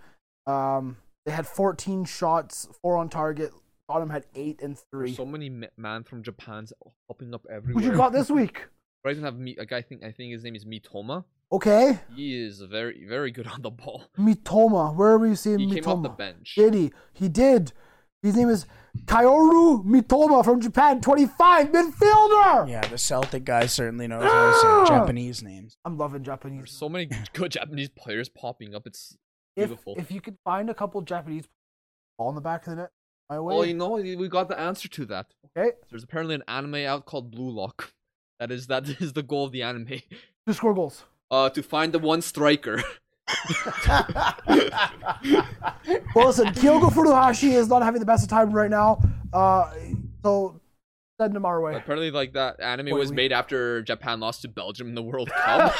Um, they had 14 shots, four on target. Tottenham had eight and
There's
three.
so many ma- man from Japan's popping up everywhere.
Who you got this week?
Brighton have me. Like I think I think his name is Mitoma.
Okay,
He is very very good on the ball.
Mitoma. Where are we seeing
He
Mitoma?
came off the bench.
Did he? He did. His name is Kaoru Mitoma from Japan, 25 midfielder.
yeah the celtic guy certainly knows how to say
Ah!
japanese names
I'm loving
There's
Japanese.
so many good Japanese players popping up. It's
If,
beautiful.
if you could find a couple Japanese ball in the back of the net, my way.
well, you know, we got the answer to that.
okay,
There's apparently an anime out called Blue Lock. That is that is the goal of the anime.
two score goals.
Uh, to find the one striker.
Well, listen, Kyogo Furuhashi is not having the best of time right now. Uh, so send him our way.
apparently, like that anime
What
was
we-
made after Japan lost to Belgium in the World Cup.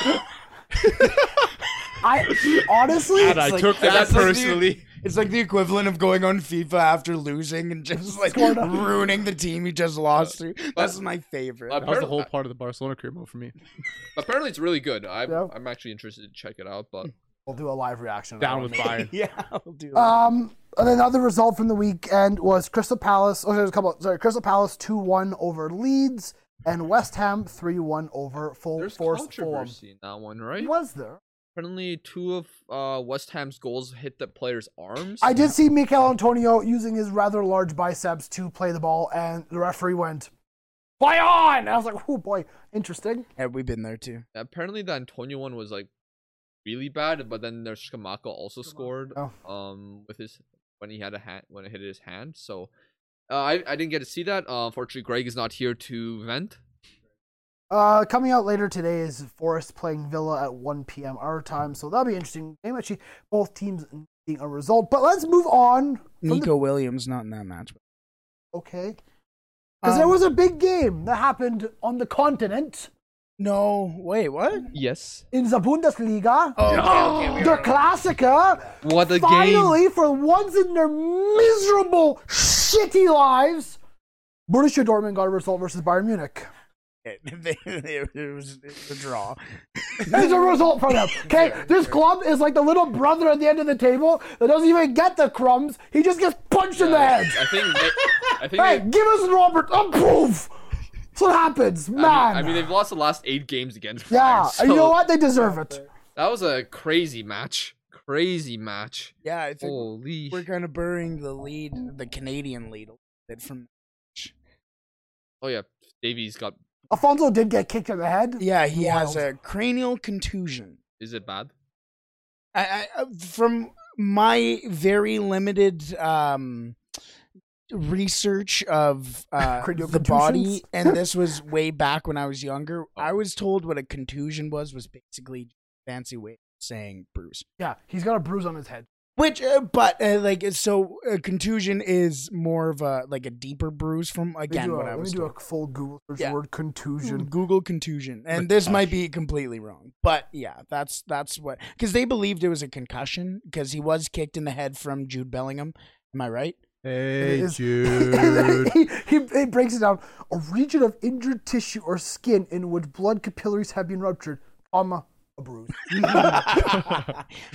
I honestly,
and I
like-
took that
that's like the-
personally.
It's like the equivalent of going on FIFA after losing and just like
Scored up.
ruining the team you just
Uh,
lost to. That's my favorite.
Uh,
That was the
apparently,
whole part of the Barcelona career mode for me.
apparently it's really good. I'm
Yeah.
I'm actually interested to check it out. But
we'll do a live reaction.
Down with Bayern.
yeah, I'll do that.
Um, and another result from the weekend was Crystal Palace. Oh, there's a couple. Sorry, Crystal Palace two one over Leeds and West Ham three one over Full
there's
Force Fulham.
controversy in that one, right?
Was there?
Apparently, two of uh, West Ham's goals hit the player's arms.
I did see Mikel Antonio using his rather large biceps to play the ball, and the referee went, play on. And I was like, oh boy, interesting.
Have we been there too?
Apparently, the Antonio one was like really bad, but then there's Skamaka also scored
Oh.
um with his when he had a hand when it hit his hand. So uh, I I didn't get to see that. Uh, unfortunately, Greg is not here to vent.
Uh, coming out later today is Forest playing Villa at 1 p.m. our time, so that'll be interesting game. Actually, both teams needing a result, but let's move on. from the-
Nico Williams not in that match.
okay, because there
Um,
was a big game that happened on the continent
No, wait, what?
Yes.
in the Bundesliga.
Oh, okay, okay, we
the
were-
Klassiker.
What a
Finally,
game!
for once in their miserable, shitty lives, Borussia Dortmund got a result versus Bayern Munich.
it was it was a draw.
It's a result for them. Okay, this club is like the little brother at the end of the table that doesn't even get the crumbs. He just gets punched in the head.
I think they- I think
Hey,
they-
give us Robert a proof. That's what happens, man.
I mean, I mean, they've lost the last eight games against. Bayern,
yeah,
so
you know what? They deserve it.
That was a crazy match. Crazy match.
Yeah, I think
Holy.
we're kind of burying the lead, the Canadian lead, a little bit from.
Oh yeah, Davies got.
Alfonso did get kicked in the head.
Yeah, he has
Wild.
a cranial contusion.
Is it bad?
I, I, from my very limited um, research of uh,
Cranial
the body,
contusions? Oh.
and this was way back when I was younger, I was told what a contusion was was basically just a fancy way of saying bruise.
Yeah, he's got a bruise on his head.
Which, uh, but uh, like, so a contusion is more of a like a deeper bruise from
Let me
again
do a-
what I
let me
was
do
told.
a full Google search
Yeah. Mm.
word contusion.
Google contusion, and this might be completely wrong, but yeah, that's that's what because they believed it was a concussion because he was kicked in the head from Jude Bellingham. Am I right?
Hey,
is-
Jude.
he, he, he breaks it down. A region of injured tissue or skin in which blood capillaries have been ruptured, comma, a bruise.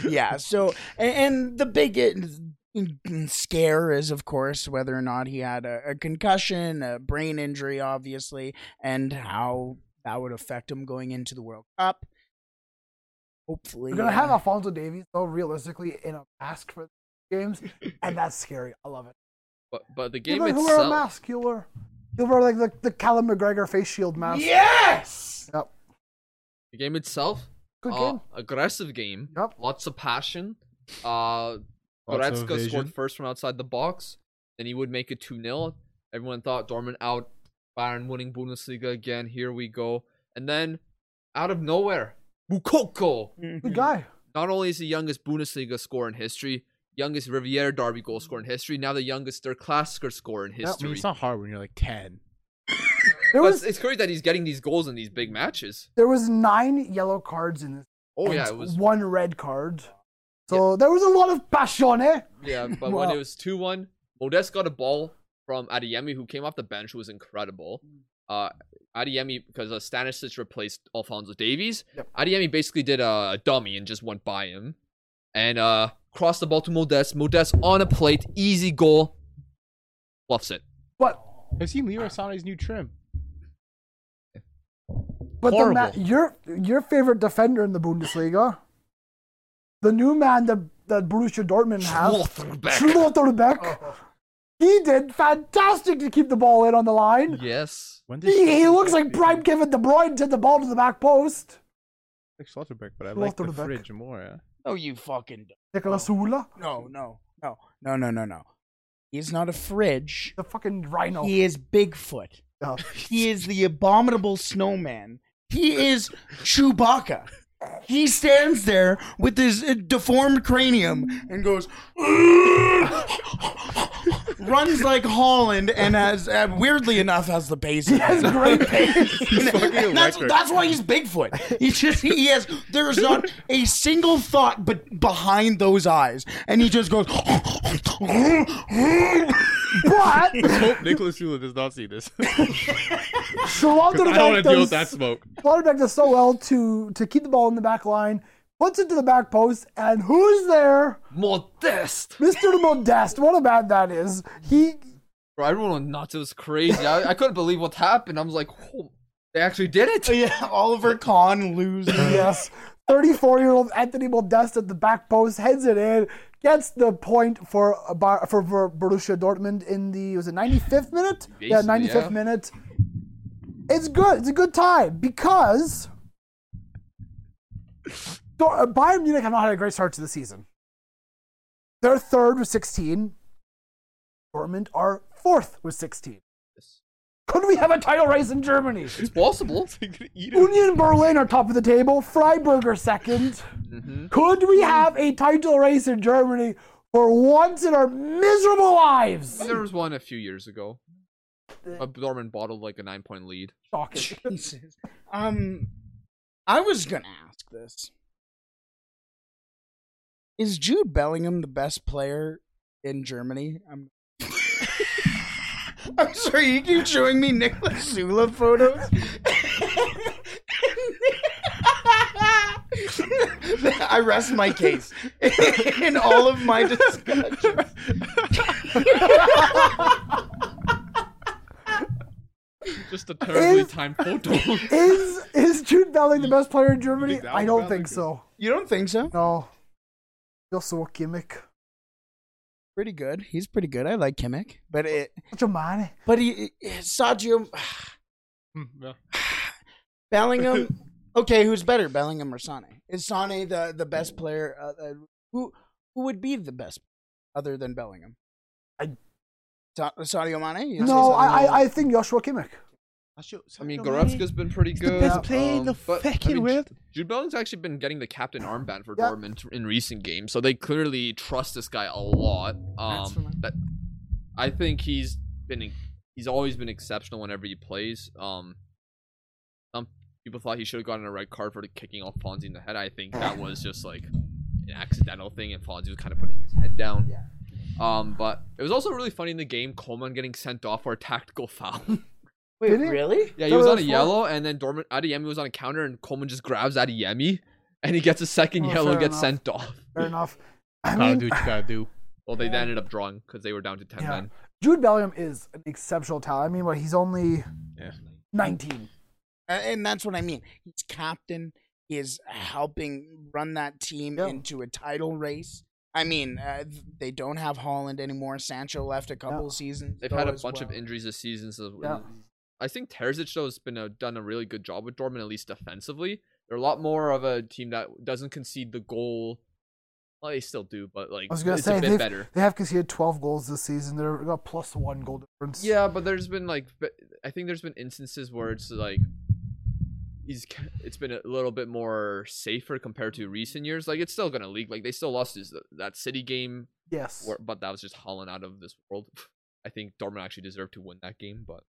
yeah. So, and, and the big uh, scare is, of course, whether or not he had a, a concussion, a brain injury, obviously, and how that would affect him going into the World Cup. Hopefully,
We're gonna
uh,
have Alfonso Davies though, realistically, in a mask for the games, and that's scary. I love it.
But but the
He'll
game
wear, he'll wear a
itself.
mask. He'll wear, he'll wear like the, the Callum McGregor face shield mask.
Yes.
Yep.
The game itself.
Good
uh,
game.
Aggressive game.
Yep.
Lots of passion. Uh,
of
Goretzka
vision.
scored first from outside the box. Then he would make it 2 0. Everyone thought Dortmund out. Bayern winning Bundesliga again. Here we go. And then, out of nowhere, Mukoko.
Good guy.
Not only is the youngest Bundesliga scorer in history, youngest Riviera Derby goal scorer in history, now the youngest Der Klassiker scorer in
I mean,
history.
it's not hard when you're like ten.
There
But it's,
was
it's crazy that he's getting these goals in these big matches.
there was nine yellow cards in this.
Oh
and
yeah, it was
one red card. So there was a lot of passion, eh?
Yeah, but when
Wow.
it was 2 1, Modest got a ball from Adeyemi, who came off the bench, who was incredible.
Mm.
Uh, Adeyemi, because uh, Stanisic replaced Alfonso Davies,
Yep.
Adeyemi basically did a dummy and just went by him and uh, crossed the ball to Modest. Modest on a plate, easy goal, bluffs it.
But
Have you seen Leroy Sané's new trim?
But the
Horrible.
ma- your your favorite defender in the Bundesliga, the new man that that Borussia Dortmund have,
Schlotterbeck.
Schlotterbeck, he did fantastic to keep the ball in on the line.
Yes.
When
He, he looks like prime Kevin De Bruyne to the ball to the back post.
Like Schlotterbeck, but I like the
Schlotterbeck.
fridge more. Yeah.
No, Oh, you fucking don't.
Nicolas Sula,
no, no, no, no, no, no, no. He's not a fridge.
the fucking rhino.
He is Bigfoot.
Yeah.
He is the abominable snowman. He is Chewbacca. He stands there with his uh, deformed cranium and goes, runs like Holland, and has uh, weirdly enough has the pace. He has
great
pace.
fucking
that's,
electric.
that's why he's Bigfoot. He just he has there is not a single thought but behind those eyes, and he just goes.
But
Hope Nicholas Sula does not see this. 'Cause I don't
Schlotterbeck
want to deal with that
does
smoke.
Schlotterbeck does so well to to keep the ball in the back line, puts it to the back post, and who's there?
Modest!
Mr. Modest. What a man that is. He
Bro, everyone went nuts. It was crazy. I, I couldn't believe what happened. I was like, oh, they actually did it.
Yeah, Oliver Kahn loses.
Yes. 34 year old Anthony Modest at the back post heads it in, gets the point for a bar, for, for Borussia Dortmund in the was it 95th minute? yeah,
Basically,
95th
yeah.
minute. It's good. It's a good time because Dor- uh, Bayern Munich have not had a great start to the season. They're third with 16. Dortmund are fourth with 16. Could we have a title race in Germany? It's
possible.
Union Berlin are top of the table. Freiburg are second. Could we have a title race in Germany for once in our miserable lives?
There was one a few years ago. A Dortmund bottled like a nine point lead.
Shocking.
Jesus. Um, I was gonna ask this: Is Jude Bellingham the best player in Germany? I'm. I'm sorry, you keep showing me Nicholas Zula photos. I rest my case in all of my discussions.
Just a terribly
Is-
timed photo.
Is is Jude Belling the best player in Germany?
that
I
was
don't
valid,
think
dude.
so.
You don't think so?
No. Just so gimmick.
Pretty good. He's pretty good. I like Kimmich, but it,
Such a man.
but he Sergio
Mm,
yeah.
Bellingham. Okay, who's better, Bellingham or Sane? Is Sane the, the best player? Uh, uh, who who would be the best other than Bellingham?
I-
Sa- Sadio Mane. You'd say
No,
Sadio
I,
Mane.
I I think Joshua Kimmich.
I mean, Goretzka's been pretty good. um,
best
player in the
but,
fucking
I mean,
world.
Jude Bellingham's actually been getting the captain armband for
Yeah.
Dortmund in recent games, so they clearly trust this guy a lot.
That's what
Um,
I'm-
that I think he's been e, he's always been exceptional whenever he plays. Um, some people thought he should have gotten a red card for kicking off Fonzie in the head. I think that was just like an accidental thing, and Fonzie was kind of putting his head down.
Yeah.
Um, but it was also really funny in the game. Coleman getting sent off for a tactical foul.
Wait,
Did he?
really?
Yeah,
That
he was
was
on a
four?
yellow, and then Dorman Adeyemi was on a counter, and Coleman just grabs Adeyemi, and he gets a second
Oh,
yellow and
fair
gets
enough.
sent off.
Fair enough. I
Gotta
mean,
do what you gotta do.
Well, they then ended up drawing because they were down to ten
yeah.
men.
Jude Bellingham is an exceptional talent. I mean, but he's only
Yeah.
19.
Uh, and that's what I mean. He's captain. He is helping run that team
Yeah.
into a title race. I mean, uh, th- they don't have Holland anymore. Sancho left a couple
Yeah.
seasons.
They've
ago
had a
as
bunch of
well.
injuries this season, so
Yeah.
I think Terzic though has been a, done a really good job with Dortmund, at least defensively. They're a lot more of a team that doesn't concede the goal. Well, they still do, but like
I was gonna
it's
say
a
they've-
bit better.
they have conceded 12 goals this season. They're they've got plus one goal difference.
Yeah, but there's been like, b- I think there's been instances where it's like, he's ca- it's been a little bit more safer compared to recent years. Like it's still gonna leak. Like they still lost his, that City game,
Yes.
where, but that was just Holland out of this world. I think Dortmund actually deserved to win that game, but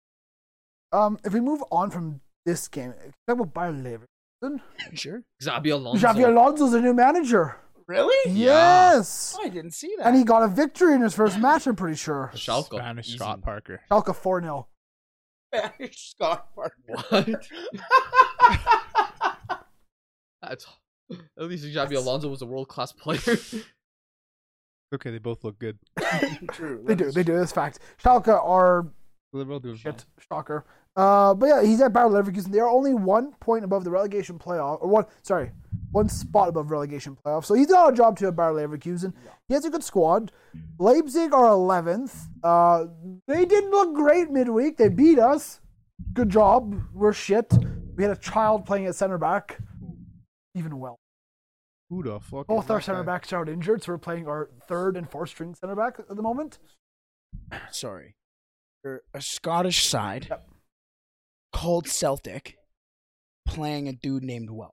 Um, if we move on from this game, talk about Bayer Leverkusen.
Sure.
Xabi Alonso.
Xavi Alonso's the new manager.
Really?
Yeah.
Yes.
Oh, I didn't see that.
And he got a victory in his first match, I'm pretty sure.
Schalke,
Spanish
easy.
Scott Parker.
Schalke 4 0.
Spanish Scott Parker.
What? That's at least Xabi Alonso was a world class player.
Okay, they both look good.
True.
They do. They do. That's fact. Schalke are
Liberal doing
shit. Shocker. Uh, but yeah, he's at Bayer Leverkusen. They are only one point above the relegation playoff, or one, sorry, one spot above relegation playoff. So he's got a job to at Bayer Leverkusen. He has a good squad. Leipzig are 11th. Uh, they didn't look great midweek. They beat us. Good job. We're shit. We had a child playing at center back. Even well.
Who the fuck?
Both
is
our
that
center
guy?
backs are out injured, so we're playing our third and fourth string center back at the moment.
Sorry. You're a Scottish side
Yep.
called Celtic playing a dude named Well.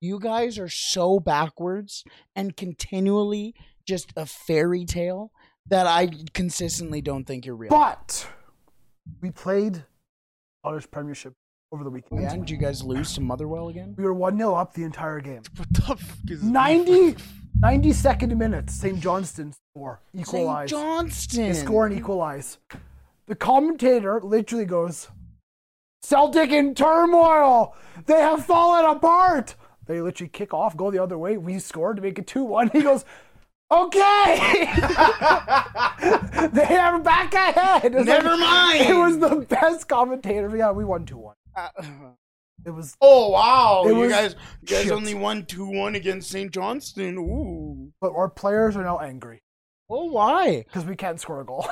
You guys are so backwards and continually just a fairy tale that I consistently don't think you're real.
But we played Scottish Premiership over the weekend.
yeah, did you guys lose to Motherwell again?
We were 1 0 up the entire game.
What the fuck is
90, 92nd minute, St. Johnston score,
St.
equalize.
Johnston.
They score and equalize. The commentator literally goes, Celtic in turmoil! They have fallen apart! They literally kick off, go the other way. We score to make it 2 1. He goes, Okay! they are back ahead! It's
Never mind.
It was the best commentator. Yeah, we won 2 1.
Uh,
It was,
Oh wow!
It
you
was
guys, you guys
shit.
only won two one against St. Johnston. Ooh.
but our players are now angry
Oh why?
because we can't score a goal.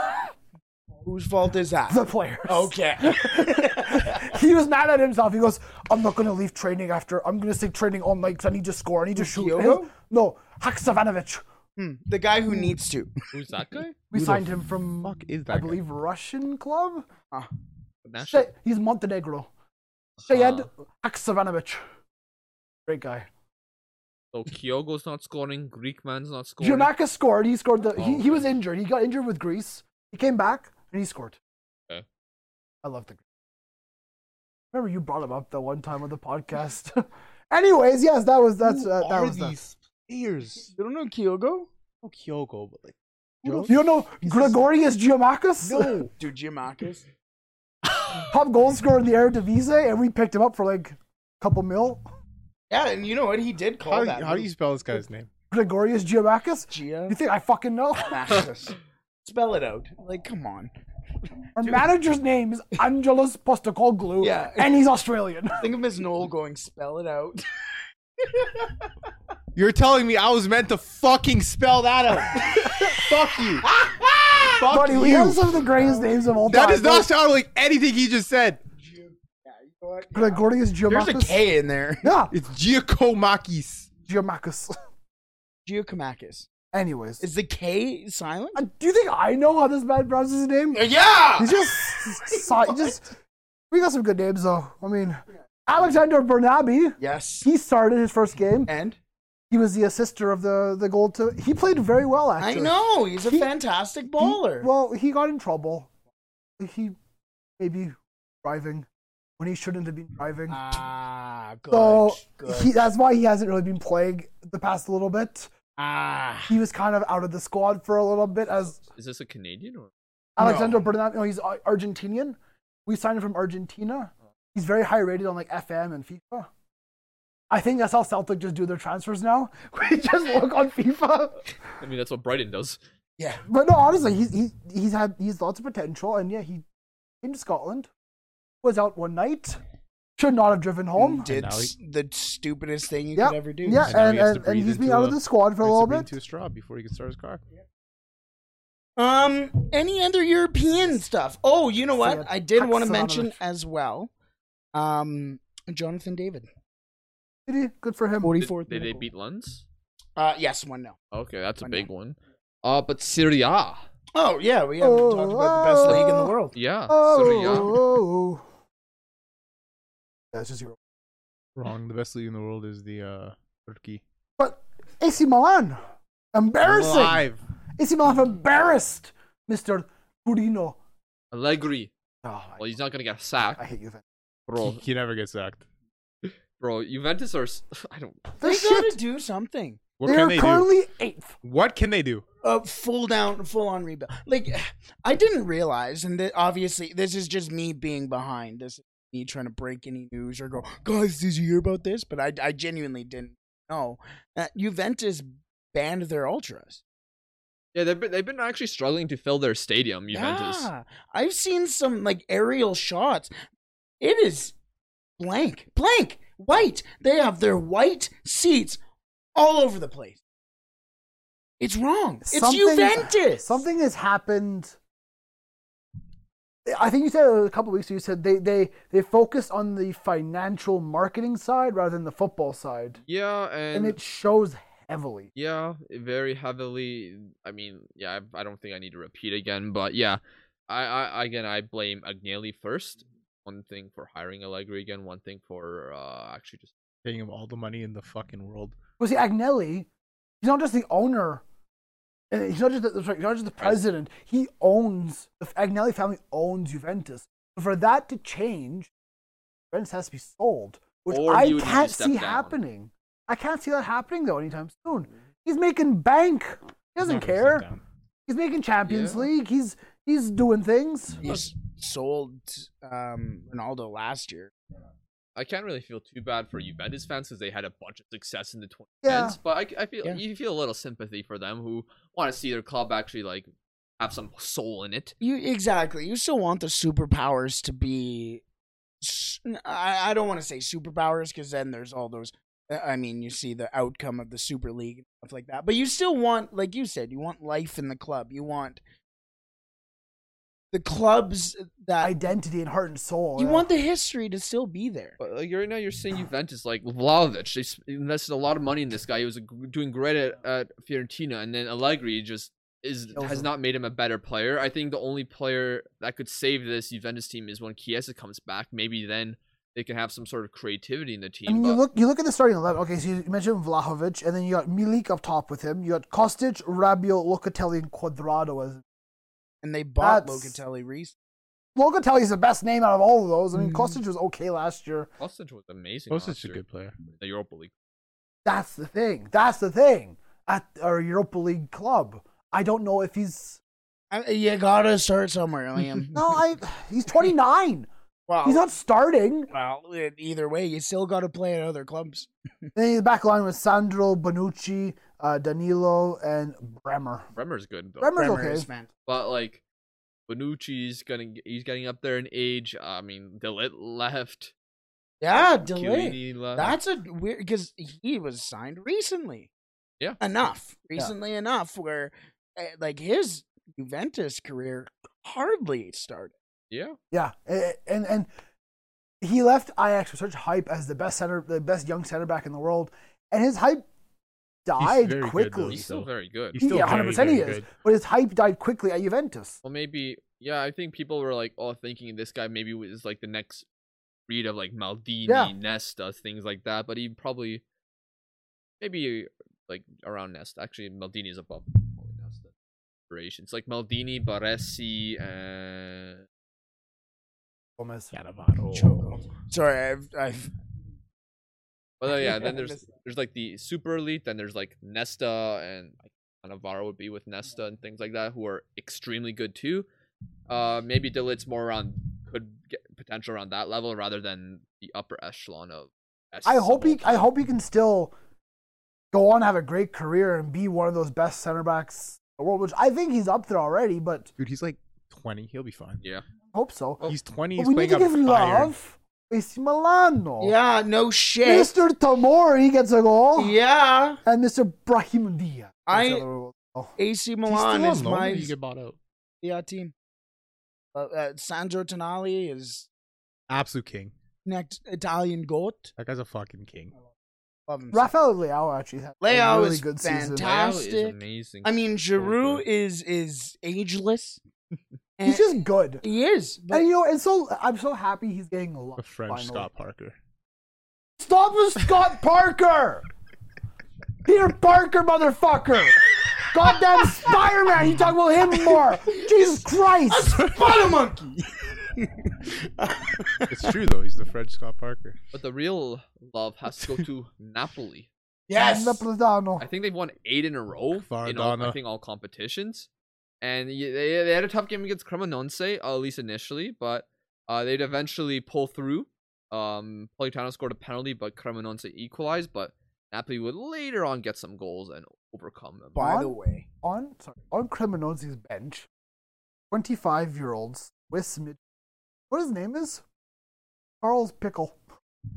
Whose fault is that?
The players.
Okay.
he was mad at himself. He goes, I'm not going to leave training after. I'm going to stay training all night 'cause I need to score. I need to shoot.
Kyogo?
No, Hak Savanovic.
Hmm, The guy who needs to.
Who's that guy?
We
Who the
signed him from,
is
I
that guy?
believe, Russian club?
Ah.
National-
Shay- he's Montenegro. Shayed
Ah.
Haksavanovic. Great guy.
So Kyogo's not scoring. Greek man's not scoring.
Jamaica scored. He scored the.
Oh,
he, he was injured. He got injured with Greece. He came back and he scored.
Okay.
I love the. Remember you brought him up that one time on the podcast. Anyways, yes, that was that's
Who
uh, that
are
was that.
these players?
You don't know Kyogo?
No Kyogo, but like
You don't know Gregorius Giamakis?
No. Dude, Giamakis.
Top goal scorer in the Eredivisie, and we picked him up for like a couple mil.
Yeah, and you know what? He did call
how,
that.
how do you spell this guy's name?
Gregorius Giamakis?
Gia-
You think I fucking know?
Maxis. Spell it out. Like, come on.
Our manager's name is Angelos Postacoglu,
Yeah.
and he's Australian.
Think of Ms. Noel going, spell it out.
You're telling me I was meant to fucking spell that out. Fuck you. Fuck
Buddy,
you.
we have some of the greatest names of all
that
time.
does not sound like anything he just said.
Gregorius Giamakis.
There's a K in there.
Yeah,
It's Giacomakis.
Giamakis.
Giacomakis.
Anyways,
Is the K silent?
Uh, do you think I know how this man pronounces his name?
Yeah!
He's just, so, he just. We got some good names though. I mean, Alexander Bernabe.
Yes.
He started his first game.
And?
He was the assister of the the goal to. He played very well
I
actually.
know. He's a
He-
fantastic
He-
bowler.
well, he got in trouble. He maybe driving when he shouldn't have been driving.
ah, good.
so
good.
he, that's why he hasn't really been playing the past little bit.
ah.
He was kind of out of the squad for a little bit as
Is this a Canadian or?
Alexander Bernat, no, he's Ar- Argentinian. We signed him from Argentina. He's very high rated on like FM and FIFA. I think that's how Celtic just do their transfers now. We just look on FIFA.
I mean, that's what Brighton does.
Yeah.
But no, honestly, he's he, he's had he's lots of potential, and yeah, he came to Scotland, was out one night, should not have driven
Mm,
home.
Did
now
s- the stupidest thing you
Yeah,
could ever do.
yeah,
So-
now
and,
he has to
and, and
breathe
he's been
into
out of
a-
the squad for a
Or he
little
said
bit.
into a straw before he can start his car.
Um, any other European stuff? Oh, you know what?
Sad.
I did want to
Haksabanovic.
mention as well. Um, Jonathan David,
Did he? Good for him.
Did,
44th.
did they
minute goal.
beat Lens?
Uh, yes, one no.
Okay, that's a
Why
big
not?
one. Uh, but Serie A,
Oh yeah, we haven't
Oh,
talked about the best league in the
oh.
world.
yeah,
Oh,
Serie A.
oh, oh. That's just zero.
Wrong. The best league in the world is the uh, Turkey.
But AC Milan, embarrassing.
Live.
AC Milan have embarrassed Mr. Curino.
Allegri.
Oh,
Well, he's not gonna get
I
sacked,
hate you. Then.
bro.
He never gets sacked.
Bro, Juventus are. s- I don't.
They
This
gotta
oh, shit.
do something.
What
they
can
are
they do?
currently eighth.
What can they do?
Uh, full down, full on rebuild. Like, I didn't realize, and that obviously this is just me being behind. This is me trying to break any news or go, guys, did you hear about this? But I, I genuinely didn't know. Uh, Juventus banned their ultras.
Yeah, they've been, they've been actually struggling to fill their stadium, Juventus.
Yeah, I've seen some like aerial shots. It is blank, blank, white. They have their white seats all over the place. It's wrong. It's Juventus.
Something has happened. I think you said it a couple weeks ago. You said they they they focus on the financial marketing side rather than the football side,
Yeah,
and,
and,
it shows heavily.
yeah, eh, very heavily. I mean, yeah, I, I don't think I need to repeat again, but yeah, I, I again I blame Agnelli first. One thing for hiring Allegri again. One thing for uh, actually just
Paying him all the money in the fucking world.
Well, see, Agnelli, he's not just the owner. and He's not just the, sorry, he's not just the president. He owns the Agnelli family owns Juventus. For that to change, Juventus has to be sold, which
Or
I
he would need to
can't
step
see
down. Mm-hmm.
happening. I can't see that happening though anytime soon. He's making bank. He doesn't
He's not gonna sit
care.
down.
He's making Champions
Yeah.
League. He's he's doing things.
They s- sold um, Ronaldo last year.
I can't really feel too bad for Juventus fans because they had a bunch of success in the 2010s.
Yeah.
But I, I feel
Yeah.
you feel a little sympathy for them who want to see their club actually like have some soul in it.
You exactly. You still want the superpowers to be. s- I, I don't want to say superpowers because then there's all those. uh, I mean, you see the outcome of the Super League and stuff like that. But you still want, like you said, you want life in the club. You want the club's
Uh,
that
identity and heart and soul.
You
yeah.
want the history to still be there.
But like right now, you're seeing Juventus like Vlahovic. They s- invested a lot of money in this guy. He was g- doing great at, at Fiorentina, and then Allegri just is has not made him a better player. I think the only player that could save this Juventus team is when Chiesa comes back. Maybe then they can have some sort of creativity in the team.
I mean, you
but-
look you look at the starting eleven. Okay, so you mentioned Vlahovic, and then you got Milik up top with him. You got Kostic, Rabiot, Locatelli, and Quadrado. As
and they bought
That's-
Locatelli recently.
Locatelli is the best name out of all of those. I mean, Kostic was okay last year.
Kostic was amazing.
Kostic's
last
a
year
good player.
in The Europa League.
That's the thing. That's the thing. At our Europa League club, I don't know if he's.
I, you gotta start somewhere, Liam.
No, I. He's 29.
Wow.
He's not starting.
Well, e- either way, you still got to play at other clubs.
Then the back line with Sandro, Bonucci, uh, Danilo, and Bremer.
Bremer's good though.
Bremer's
Bremer
okay.
is man.
But like Bonucci's gonna g- he's getting up there in age. I mean, Delit left.
Yeah, delay.
Chiellini left.
That's a weird because he was signed recently.
Yeah.
enough recently enough where uh, like his Juventus career hardly started.
yeah.
Yeah, a- and and he left Ajax with such hype as the best center, the best young center back in the world, and his hype died
very good, though.
quickly.
He's still very good.
He's still
yeah,
very,
hundred percent he
very
is,
good.
but his hype died quickly at Juventus.
Well, maybe yeah. I think people were like, oh, thinking this guy maybe is like the next breed of like Maldini,
Yeah.
Nesta, things like that. But he probably maybe like around Nesta. Actually, Maldini is above probably Nesta. It's like Maldini, Baresi, and
Gomez.
Cannavaro.
Sorry, I've, I've
Well, uh, yeah, then
I
there's
missed
there's like the super elite, then there's like Nesta and like Navarro would be with Nesta and things like that, who are extremely good too. Uh, maybe Dilit's more around could get potential around that level rather than the upper echelon of.
I hope he,
SSL.
I hope he can still go on have a great career and be one of those best center backs in the world, which I think he's up there already. But
Dude, he's like 20. He'll be fine.
Yeah,
hope so.
He's 20.
But
He's
we need
playing
to
up
give love. AC Milano.
yeah, no shit.
Mr. Tomori gets a goal,
Yeah,
and Mr. Brahim Dia.
I-
Oh.
AC Milan is my
You get bought out.
yeah team. Uh, uh, Sandro Tonali is
Absolute king.
next Italian goat.
That guy's a fucking king.
Love him. so
Rafael Leao actually had
Mm. Leao
a really
is
good season.
fantastic.
Leao is
Fantastic.
amazing.
I mean, Giroud
good.
is is ageless.
He's just good.
he is. But
and you know, and so I'm so happy he's getting a lot.
The French
finally.
Scott Parker.
Stop with Scott Parker! Peter Parker, motherfucker! Goddamn Spider Man! You talk about him more! Jesus Christ!
Spider Monkey.
It's true, though. He's the French Scott Parker.
but the real love has to go to Napoli.
Yes.
I think they've won eight in a row in all, I
Vardana.
think all competitions, and y- they, they had a tough game against Cremonense uh, at least initially, but uh, they'd eventually pull through. Um, Politano scored a penalty, but Cremonense equalized, but Napoli would later on get some goals and overcome them.
By the
On-
way,
On sorry, on Cremonosi's bench, 25 year old Swiss mid. What his name is? Charles Pickle.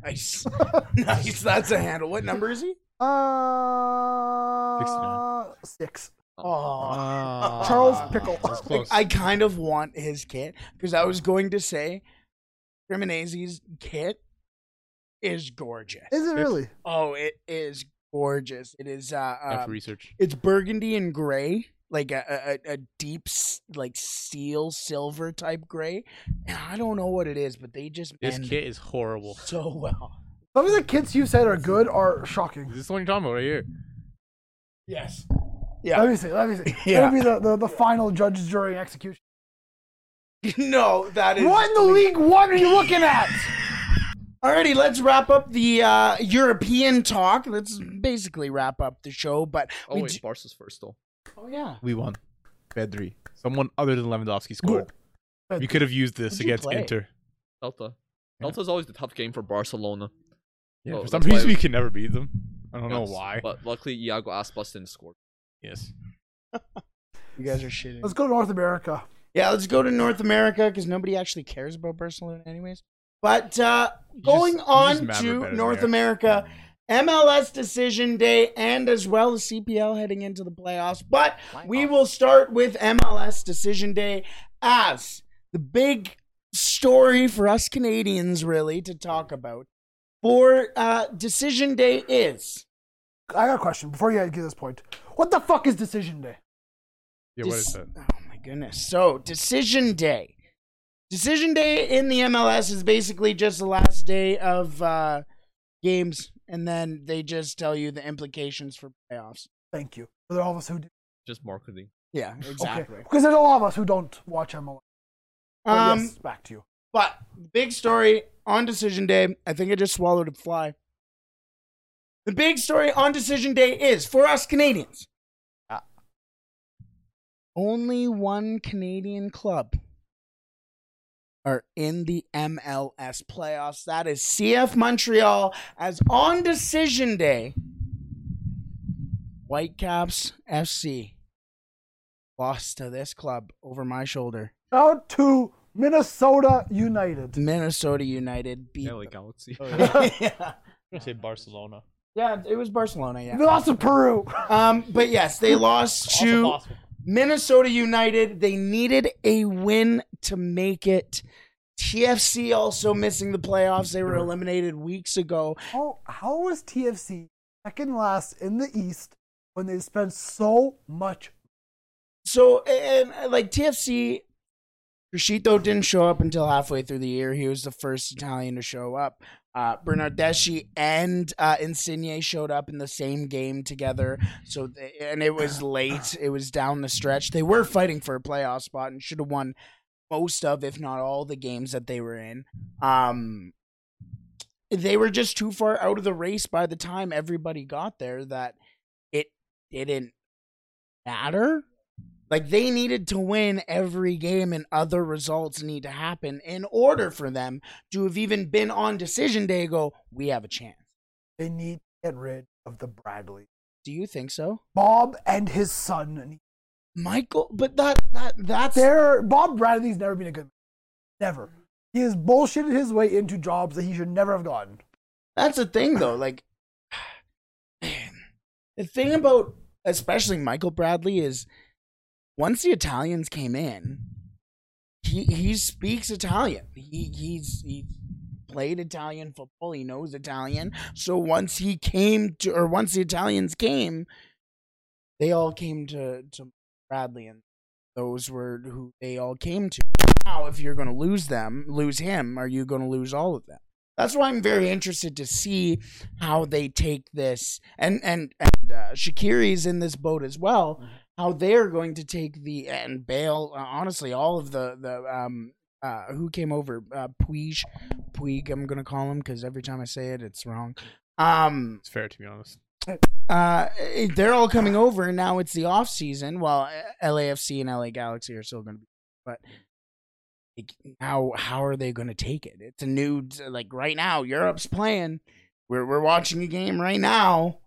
nice, nice. That's a handle. What number is he?
Uh,
69.
six.
Um,
Oh,
Uh,
Charles Pickle.
That's close.
I kind of want his kit because I was going to say, Cremonese's kit is gorgeous.
Is it really?
Oh, it is gorgeous. It is. Uh,
I have
um,
to research.
it's burgundy and gray like a, a, a- a deep s- like steel silver type gray and i don't know what it is but they just
This
mend
kit is horrible.
it so well
Some of the kits you said are good are shocking.
Is this the one you're talking about right here?
yes
Let
yeah
me see. Let me see.
Yeah.
That'll be the, the, the final judge, jury, and execution.
no that is
What in the League One are you looking at?
alrighty let's wrap up the uh european talk let's basically wrap up the show but
oh
we
wait,
d-
Barca's first though.
oh yeah
We won. Bed three. Someone other than Lewandowski scored.
Bed
We could have used this
Who'd you
against
play?
Inter.
Delta. Delta's always the tough game for Barcelona.
Yeah,
Oh,
for some
that's why
reason
we-
we can never beat them. I don't know
Yes,
why.
But luckily, Iago Aspas didn't score.
Yes.
you guys are shitting
Let's go to North America.
yeah let's go to north america because nobody actually cares about barcelona anyways but uh
just-
going
you just
on
maverick better
to
than
north
Eric.
america MLS decision day and as well as CPL heading into the playoffs. But we will start with MLS decision day as the big story for us Canadians, really, to talk about for uh, decision day is.
I got a question before you get this point. What the fuck is decision day?
Yeah, what is
Dis- Oh my goodness. So, decision day. Decision day in the MLS is basically just the last day of uh, games, and then they just tell you the implications for playoffs.
Thank you. For all of us who do.
Just marketing.
Yeah,
Oh,
exactly.
Because there's a lot of us who don't watch MLS. But
Um,
yes, back to you.
But the big story on decision day, I think I just swallowed a fly. The big story on decision day is for us Canadians. Only one Canadian club are in the MLS playoffs. That is CF Montreal as on decision day. Whitecaps FC lost to this club over my shoulder.
Out to Minnesota United.
Minnesota United beat
LA Galaxy.
Oh,
yeah.
Say Barcelona.
Yeah, it was Barcelona, yeah.
They lost to Peru.
Um, but yes, they lost
Also
to
possible.
Minnesota United. They needed a win to make it. TFC also missing the playoffs. They were eliminated weeks ago.
How how was TFC second last in the East when they spent so much?
So, and, and, like TFC, Crescito didn't show up until halfway through the year. He was the first Italian to show up. Uh, Bernardeschi and uh, Insigne showed up in the same game together. So, th- and it was late. It was down the stretch. They were fighting for a playoff spot and should have won most of, if not all, the games that they were in. Um, they were just too far out of the race by the time everybody got there that it didn't matter. Like they needed to win every game and other results need to happen in order for them to have even been on decision day go, we have a chance.
They need to get rid of the Bradley.
Do you think so?
Bob and his son.
Michael, but that that that's
They're, Bob Bradley's never been a good. Never. He has bullshitted his way into jobs that he should never have gotten.
that's the thing though. Like the thing about especially Michael Bradley is once the Italians came in, he he speaks Italian. He he's he played Italian football. He knows Italian. So once he came to, or once the Italians came, they all came to to Bradley, and those were who they all came to. Now, if you're going to lose them, lose him, are you going to lose all of them? That's why I'm very interested to see how they take this, and and and uh, Shakiri's in this boat as well. How they're going to take the and Bale, uh, honestly, all of the the um uh who came over uh, Puig, Puig, I'm gonna call him because every time I say it, it's wrong. Um,
It's fair to be honest.
uh, they're all coming over and now. It's the off season. Well, LAFC and LA Galaxy are still going to be, but like, how how are they going to take it? It's a new like right now. Europe's playing. We're we're watching a game right now,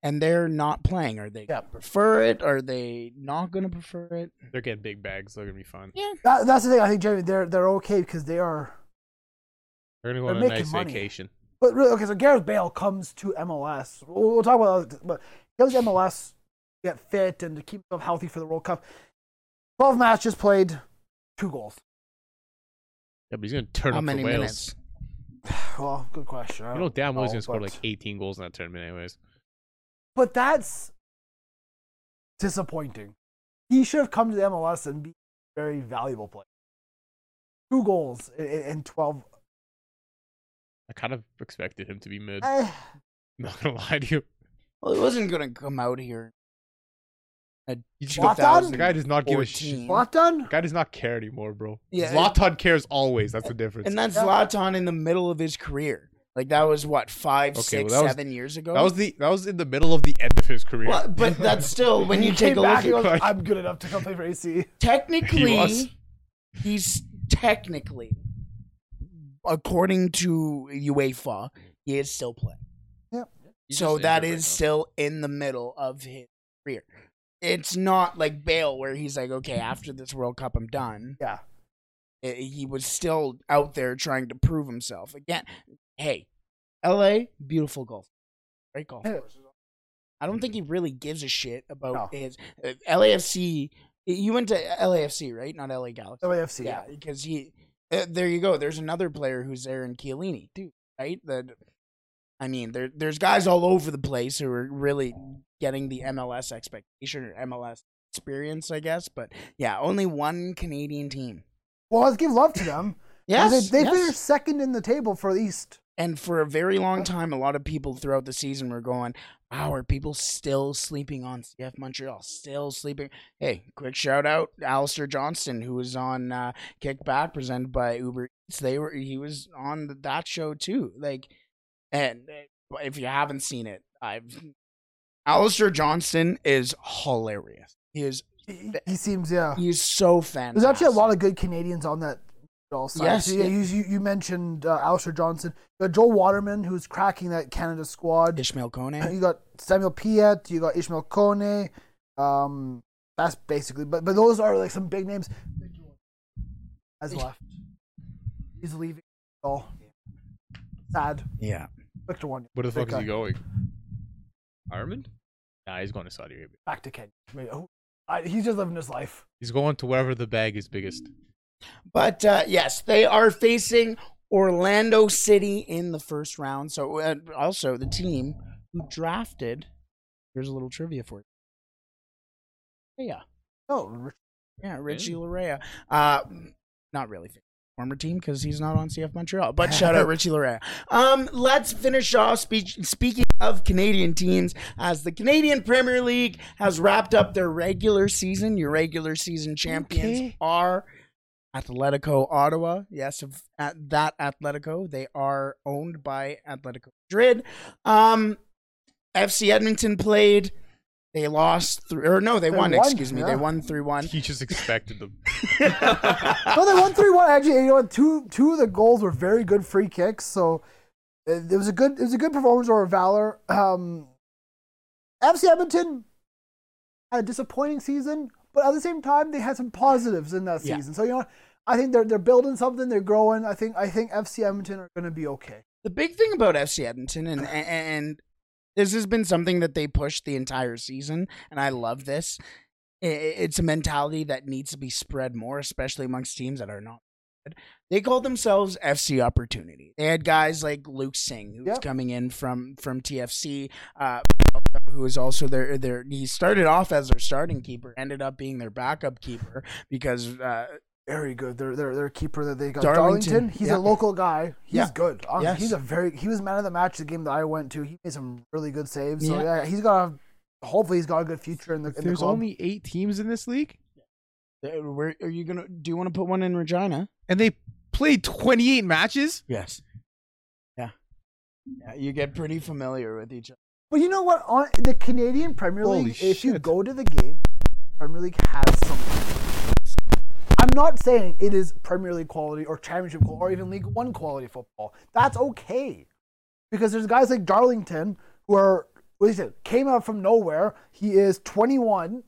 and they're not playing. Are they
Yeah.
prefer it? Are they not going to prefer it?
They're getting big bags. They're gonna be fun.
Yeah,
That, that's the thing. I think Jeremy, they're they're okay because they are.
They're gonna go
They're
on a
making
nice
money.
vacation.
But really, okay, so Gareth Bale comes to MLS. We'll, we'll talk about other, but he comes to MLS to get fit and to keep himself healthy for the World Cup. Twelve matches played, two goals.
Yeah, but he's gonna turn
how
up
many
for Wales.
minutes? Oh,
Well, good question. I
You know,
don't
damn well he's gonna score
but-
like 18 goals in that tournament, anyways.
But that's disappointing. He should have come to the MLS and be a very valuable player. Two goals in, in in twelve.
I kind of expected him to be mid.
Eh,
Not gonna lie to you.
Well, he wasn't going to come out here. A
Zlatan?
The guy does not give a shit.
2014.
Zlatan?
Guy does not care anymore, bro.
Yeah,
Zlatan cares always. That's the difference.
And that's
Yeah.
Zlatan in the middle of his career. Like that was what five,
Okay,
six, seven
well, that was-
years ago.
that was the that was in the middle of the end of his career.
Well, but that's still when you
He
take
came
a look
back, he
at
goes,
Like-
I'm good enough to come play for AC.
technically
He was.
he's technically according to UEFA he is still playing.
Yep.
He's
so
just
that
injured
is
right now.
still in the middle of his career. It's not like Bale where he's like okay after this World Cup I'm done.
Yeah.
I- eh, he was still out there trying to prove himself again. Hey, L.A. beautiful golf, great
Mm-hmm.
golf. course. I don't think he really gives a shit about
No.
his uh, LAFC You went to LAFC, right? Not LA Galaxy.
LAFC,
Yeah,
yeah.
because he. Uh, there you go. There's another player who's there in Chiellini, too, right? That. I mean, there there's guys all over the place who are really getting the MLS expectation or MLS experience, I guess. But yeah, only one Canadian team.
Well, let's give love to them.
Yes,
they, they
yes.
finished second in the table for the East.
And for a very long time, a lot of people throughout the season were going, "Wow, are people still sleeping on CF Montreal? Still sleeping?" Hey, quick shout out, Alistair Johnston, who was on uh, Kickback, presented by Uber Eats. They were he was on th- that show too. Like, and uh, if you haven't seen it, I've Alistair Johnston is hilarious. He is
He, he seems, yeah.
he's so fantastic.
There's actually a lot of good Canadians on that all side.
Yes,
so, yeah,
yeah.
you, you, you mentioned uh, Alistair Johnson. You got Joel Waterman, who's cracking that Canada squad.
Ishmael
You
Kone.
got Samuel Piet. You got Ishmael Kone. Um, that's basically, but but those are like some big names. Has left. He's leaving. Oh, sad.
Yeah.
Victor one.
Where the fuck
Big
is he
guy.
going?
Ireland?
Nah, he's going to Saudi Arabia.
Back to Kenya. Wait, oh, I, he's just living his life.
He's going to wherever the bag is biggest.
But uh, yes, they are facing Orlando City in the first round. So uh, also the team who drafted. Here's a little trivia for you. Yeah, Oh,
No,
yeah, Richie Larea. Uh, not really former team because he's not on CF Montreal. But shout out Richie Larea. Um, let's finish off speech, speaking of Canadian teams as the Canadian Premier League has wrapped up their regular season. Your regular season champions
Okay.
are Atletico Ottawa. Yes, of at that Atletico, they are owned by Atletico Madrid. Um, FC Edmonton played. They lost three, or no, they,
They
won,
won,
Excuse me,
yeah.
they won three one.
He just expected them.
no, they won three one. Actually, you know, what, two two of the goals were very good free kicks. So uh, it was a good it was a good performance over Valor. Um, FC Edmonton had a disappointing season, but at the same time, they had some positives in that
Yeah.
season. So you know, I think they're they're building something. They're growing. I think I think FC Edmonton are going to be okay.
the big thing about FC Edmonton and and this has been something that they pushed the entire season, and I love this. I- i- It's a mentality that needs to be spread more, especially amongst teams that are not. good. They call themselves FC Opportunity. They had guys like Luke Singh, who's
Yep.
coming in from from TFC, uh, who is also their their. He started off as their starting keeper, ended up being their backup keeper because uh,
Very good. Their their their keeper that they got
Darlington,
Darlington. he's
yeah.
a local guy. He's
Yeah.
good. Honestly,
Yes.
He's a very he was man of the match the game that I went to. He made some really good saves. So
Yeah.
yeah, he's got a hopefully he's got a good future in the in the
There's
club.
only eight teams in this league,
uh, where are you gonna? Do you want to put one in Regina?
and they played 28 matches.
Yes. Yeah. yeah. You get pretty familiar with each other.
But you know what? On the Canadian Premier
Holy
League, if you
shit.
go to the game, Premier League has something. I'm not saying it is Premier League quality or Championship quality or even League One quality football. That's okay, because there's guys like Darlington who are what is it? Came out from nowhere. He is 21. You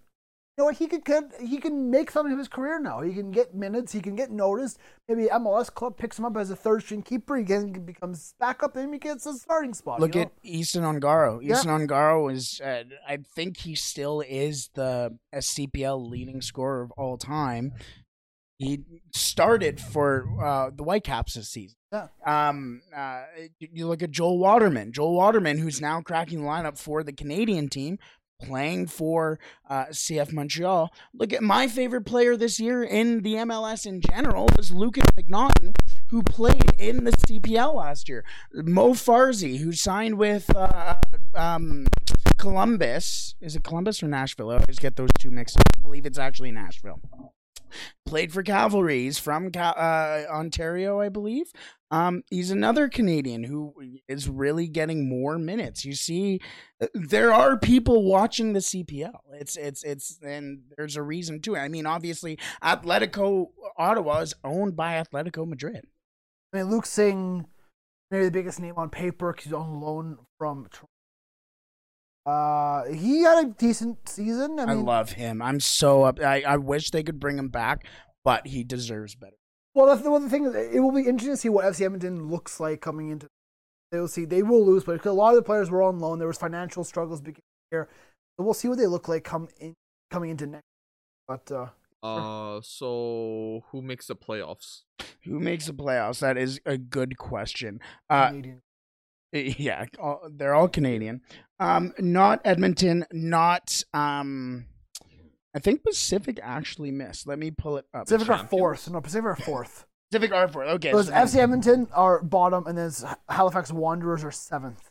know what? He could, could he can make something of his career now. He can get minutes. He can get noticed. Maybe MLS club picks him up as a third string keeper. He can becomes backup. Then he gets a starting spot.
Look
you know?
at Easton Ongaro.
Yeah.
Easton Ongaro is, uh, I think he still is the SCPL leading scorer of all time. He started for uh, the Whitecaps this season.
Yeah.
Um, uh, you- you look at Joel Waterman. Joel Waterman, who's now cracking the lineup for the Canadian team, playing for uh, CF Montreal. Look at my favorite player this year in the MLS in general was Lucas McNaughton, who played in the CPL last year. Mo Farzi, who signed with uh, um, Columbus. Is it Columbus or Nashville? I always get those two mixed up. I believe it's actually Nashville. Played for Cavalries from Ca- uh, Ontario, I believe. Um, he's another Canadian who is really getting more minutes. You see, uh, there are people watching the CPL. It's it's it's and there's a reason to it. I mean, obviously, Atletico Ottawa is owned by Atletico Madrid.
I mean, Luke Singh, maybe the biggest name on paper 'cause he's on loan from. Toronto. Uh, he had a decent season. I
I,
mean,
love him. I'm so up. I, I wish they could bring him back, but he deserves better.
well, that's the, well, the thing is, it will be interesting to see what FC Edmonton looks like coming into. They will see they will lose, but because a lot of the players were on loan, there was financial struggles beginning of the year. So we'll see what they look like come in coming into next. But uh,
Uh, so who makes the playoffs?
Who makes the playoffs? That is a good question. Uh,
Canadian. Mm-hmm.
yeah, all, they're all Canadian. Um, not Edmonton. Not um, I think Pacific actually missed. Let me pull it up.
Pacific are fourth. No, Pacific are fourth.
Pacific are fourth. Okay,
It was
so
FC Edmonton are bottom, and then it's Halifax Wanderers are seventh.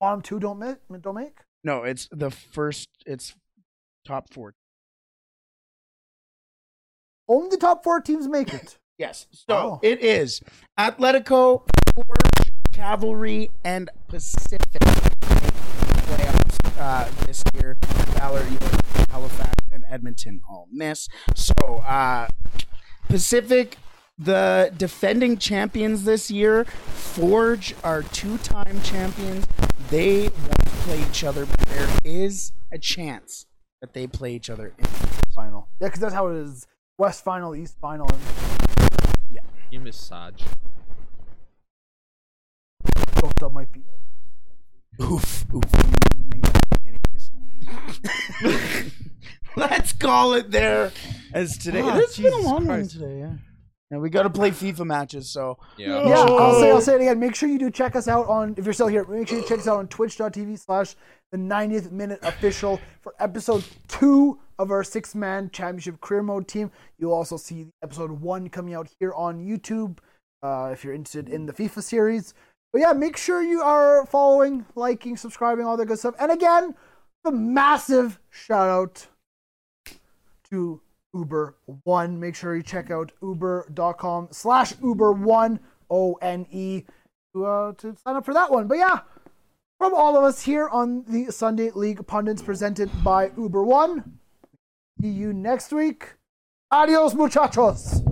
Bottom two don't make. Don't make.
no, it's the first. It's top four.
Only the top four teams make it.
Yes. So
Oh.
it is Atletico, Forge, Cavalry, and Pacific playoffs uh, this year. Valor, York, Halifax, and Edmonton all miss. So uh, Pacific, the defending champions this year. Forge are two-time champions. They won't play each other, but there is a chance that they play each other in the final.
Yeah, because that's how it is. West final, East final. And
You miss Saj.
both of them might be.
Oof, oof. Anyways. Let's call it there as today.
Ah,
This has been a
Jesus
long
Christ.
one today, yeah. And we got to play FIFA matches, so
Yeah.
Yeah, I'll say, I'll say it again. Make sure you do check us out on, if you're still here, make sure you check us out on twitch.tv slash the 90th minute official for episode two of our six man championship career mode team. You'll also see episode one coming out here on YouTube uh, if you're interested in the FIFA series. But yeah, make sure you are following, liking, subscribing, all that good stuff. And again, the massive shout out to Uber One. Make sure you check out uber.com slash Uber One O N E to uh, to sign up for that one. But yeah, from all of us here on the Sunday League Pundits presented by Uber One. See you next week. Adios, muchachos.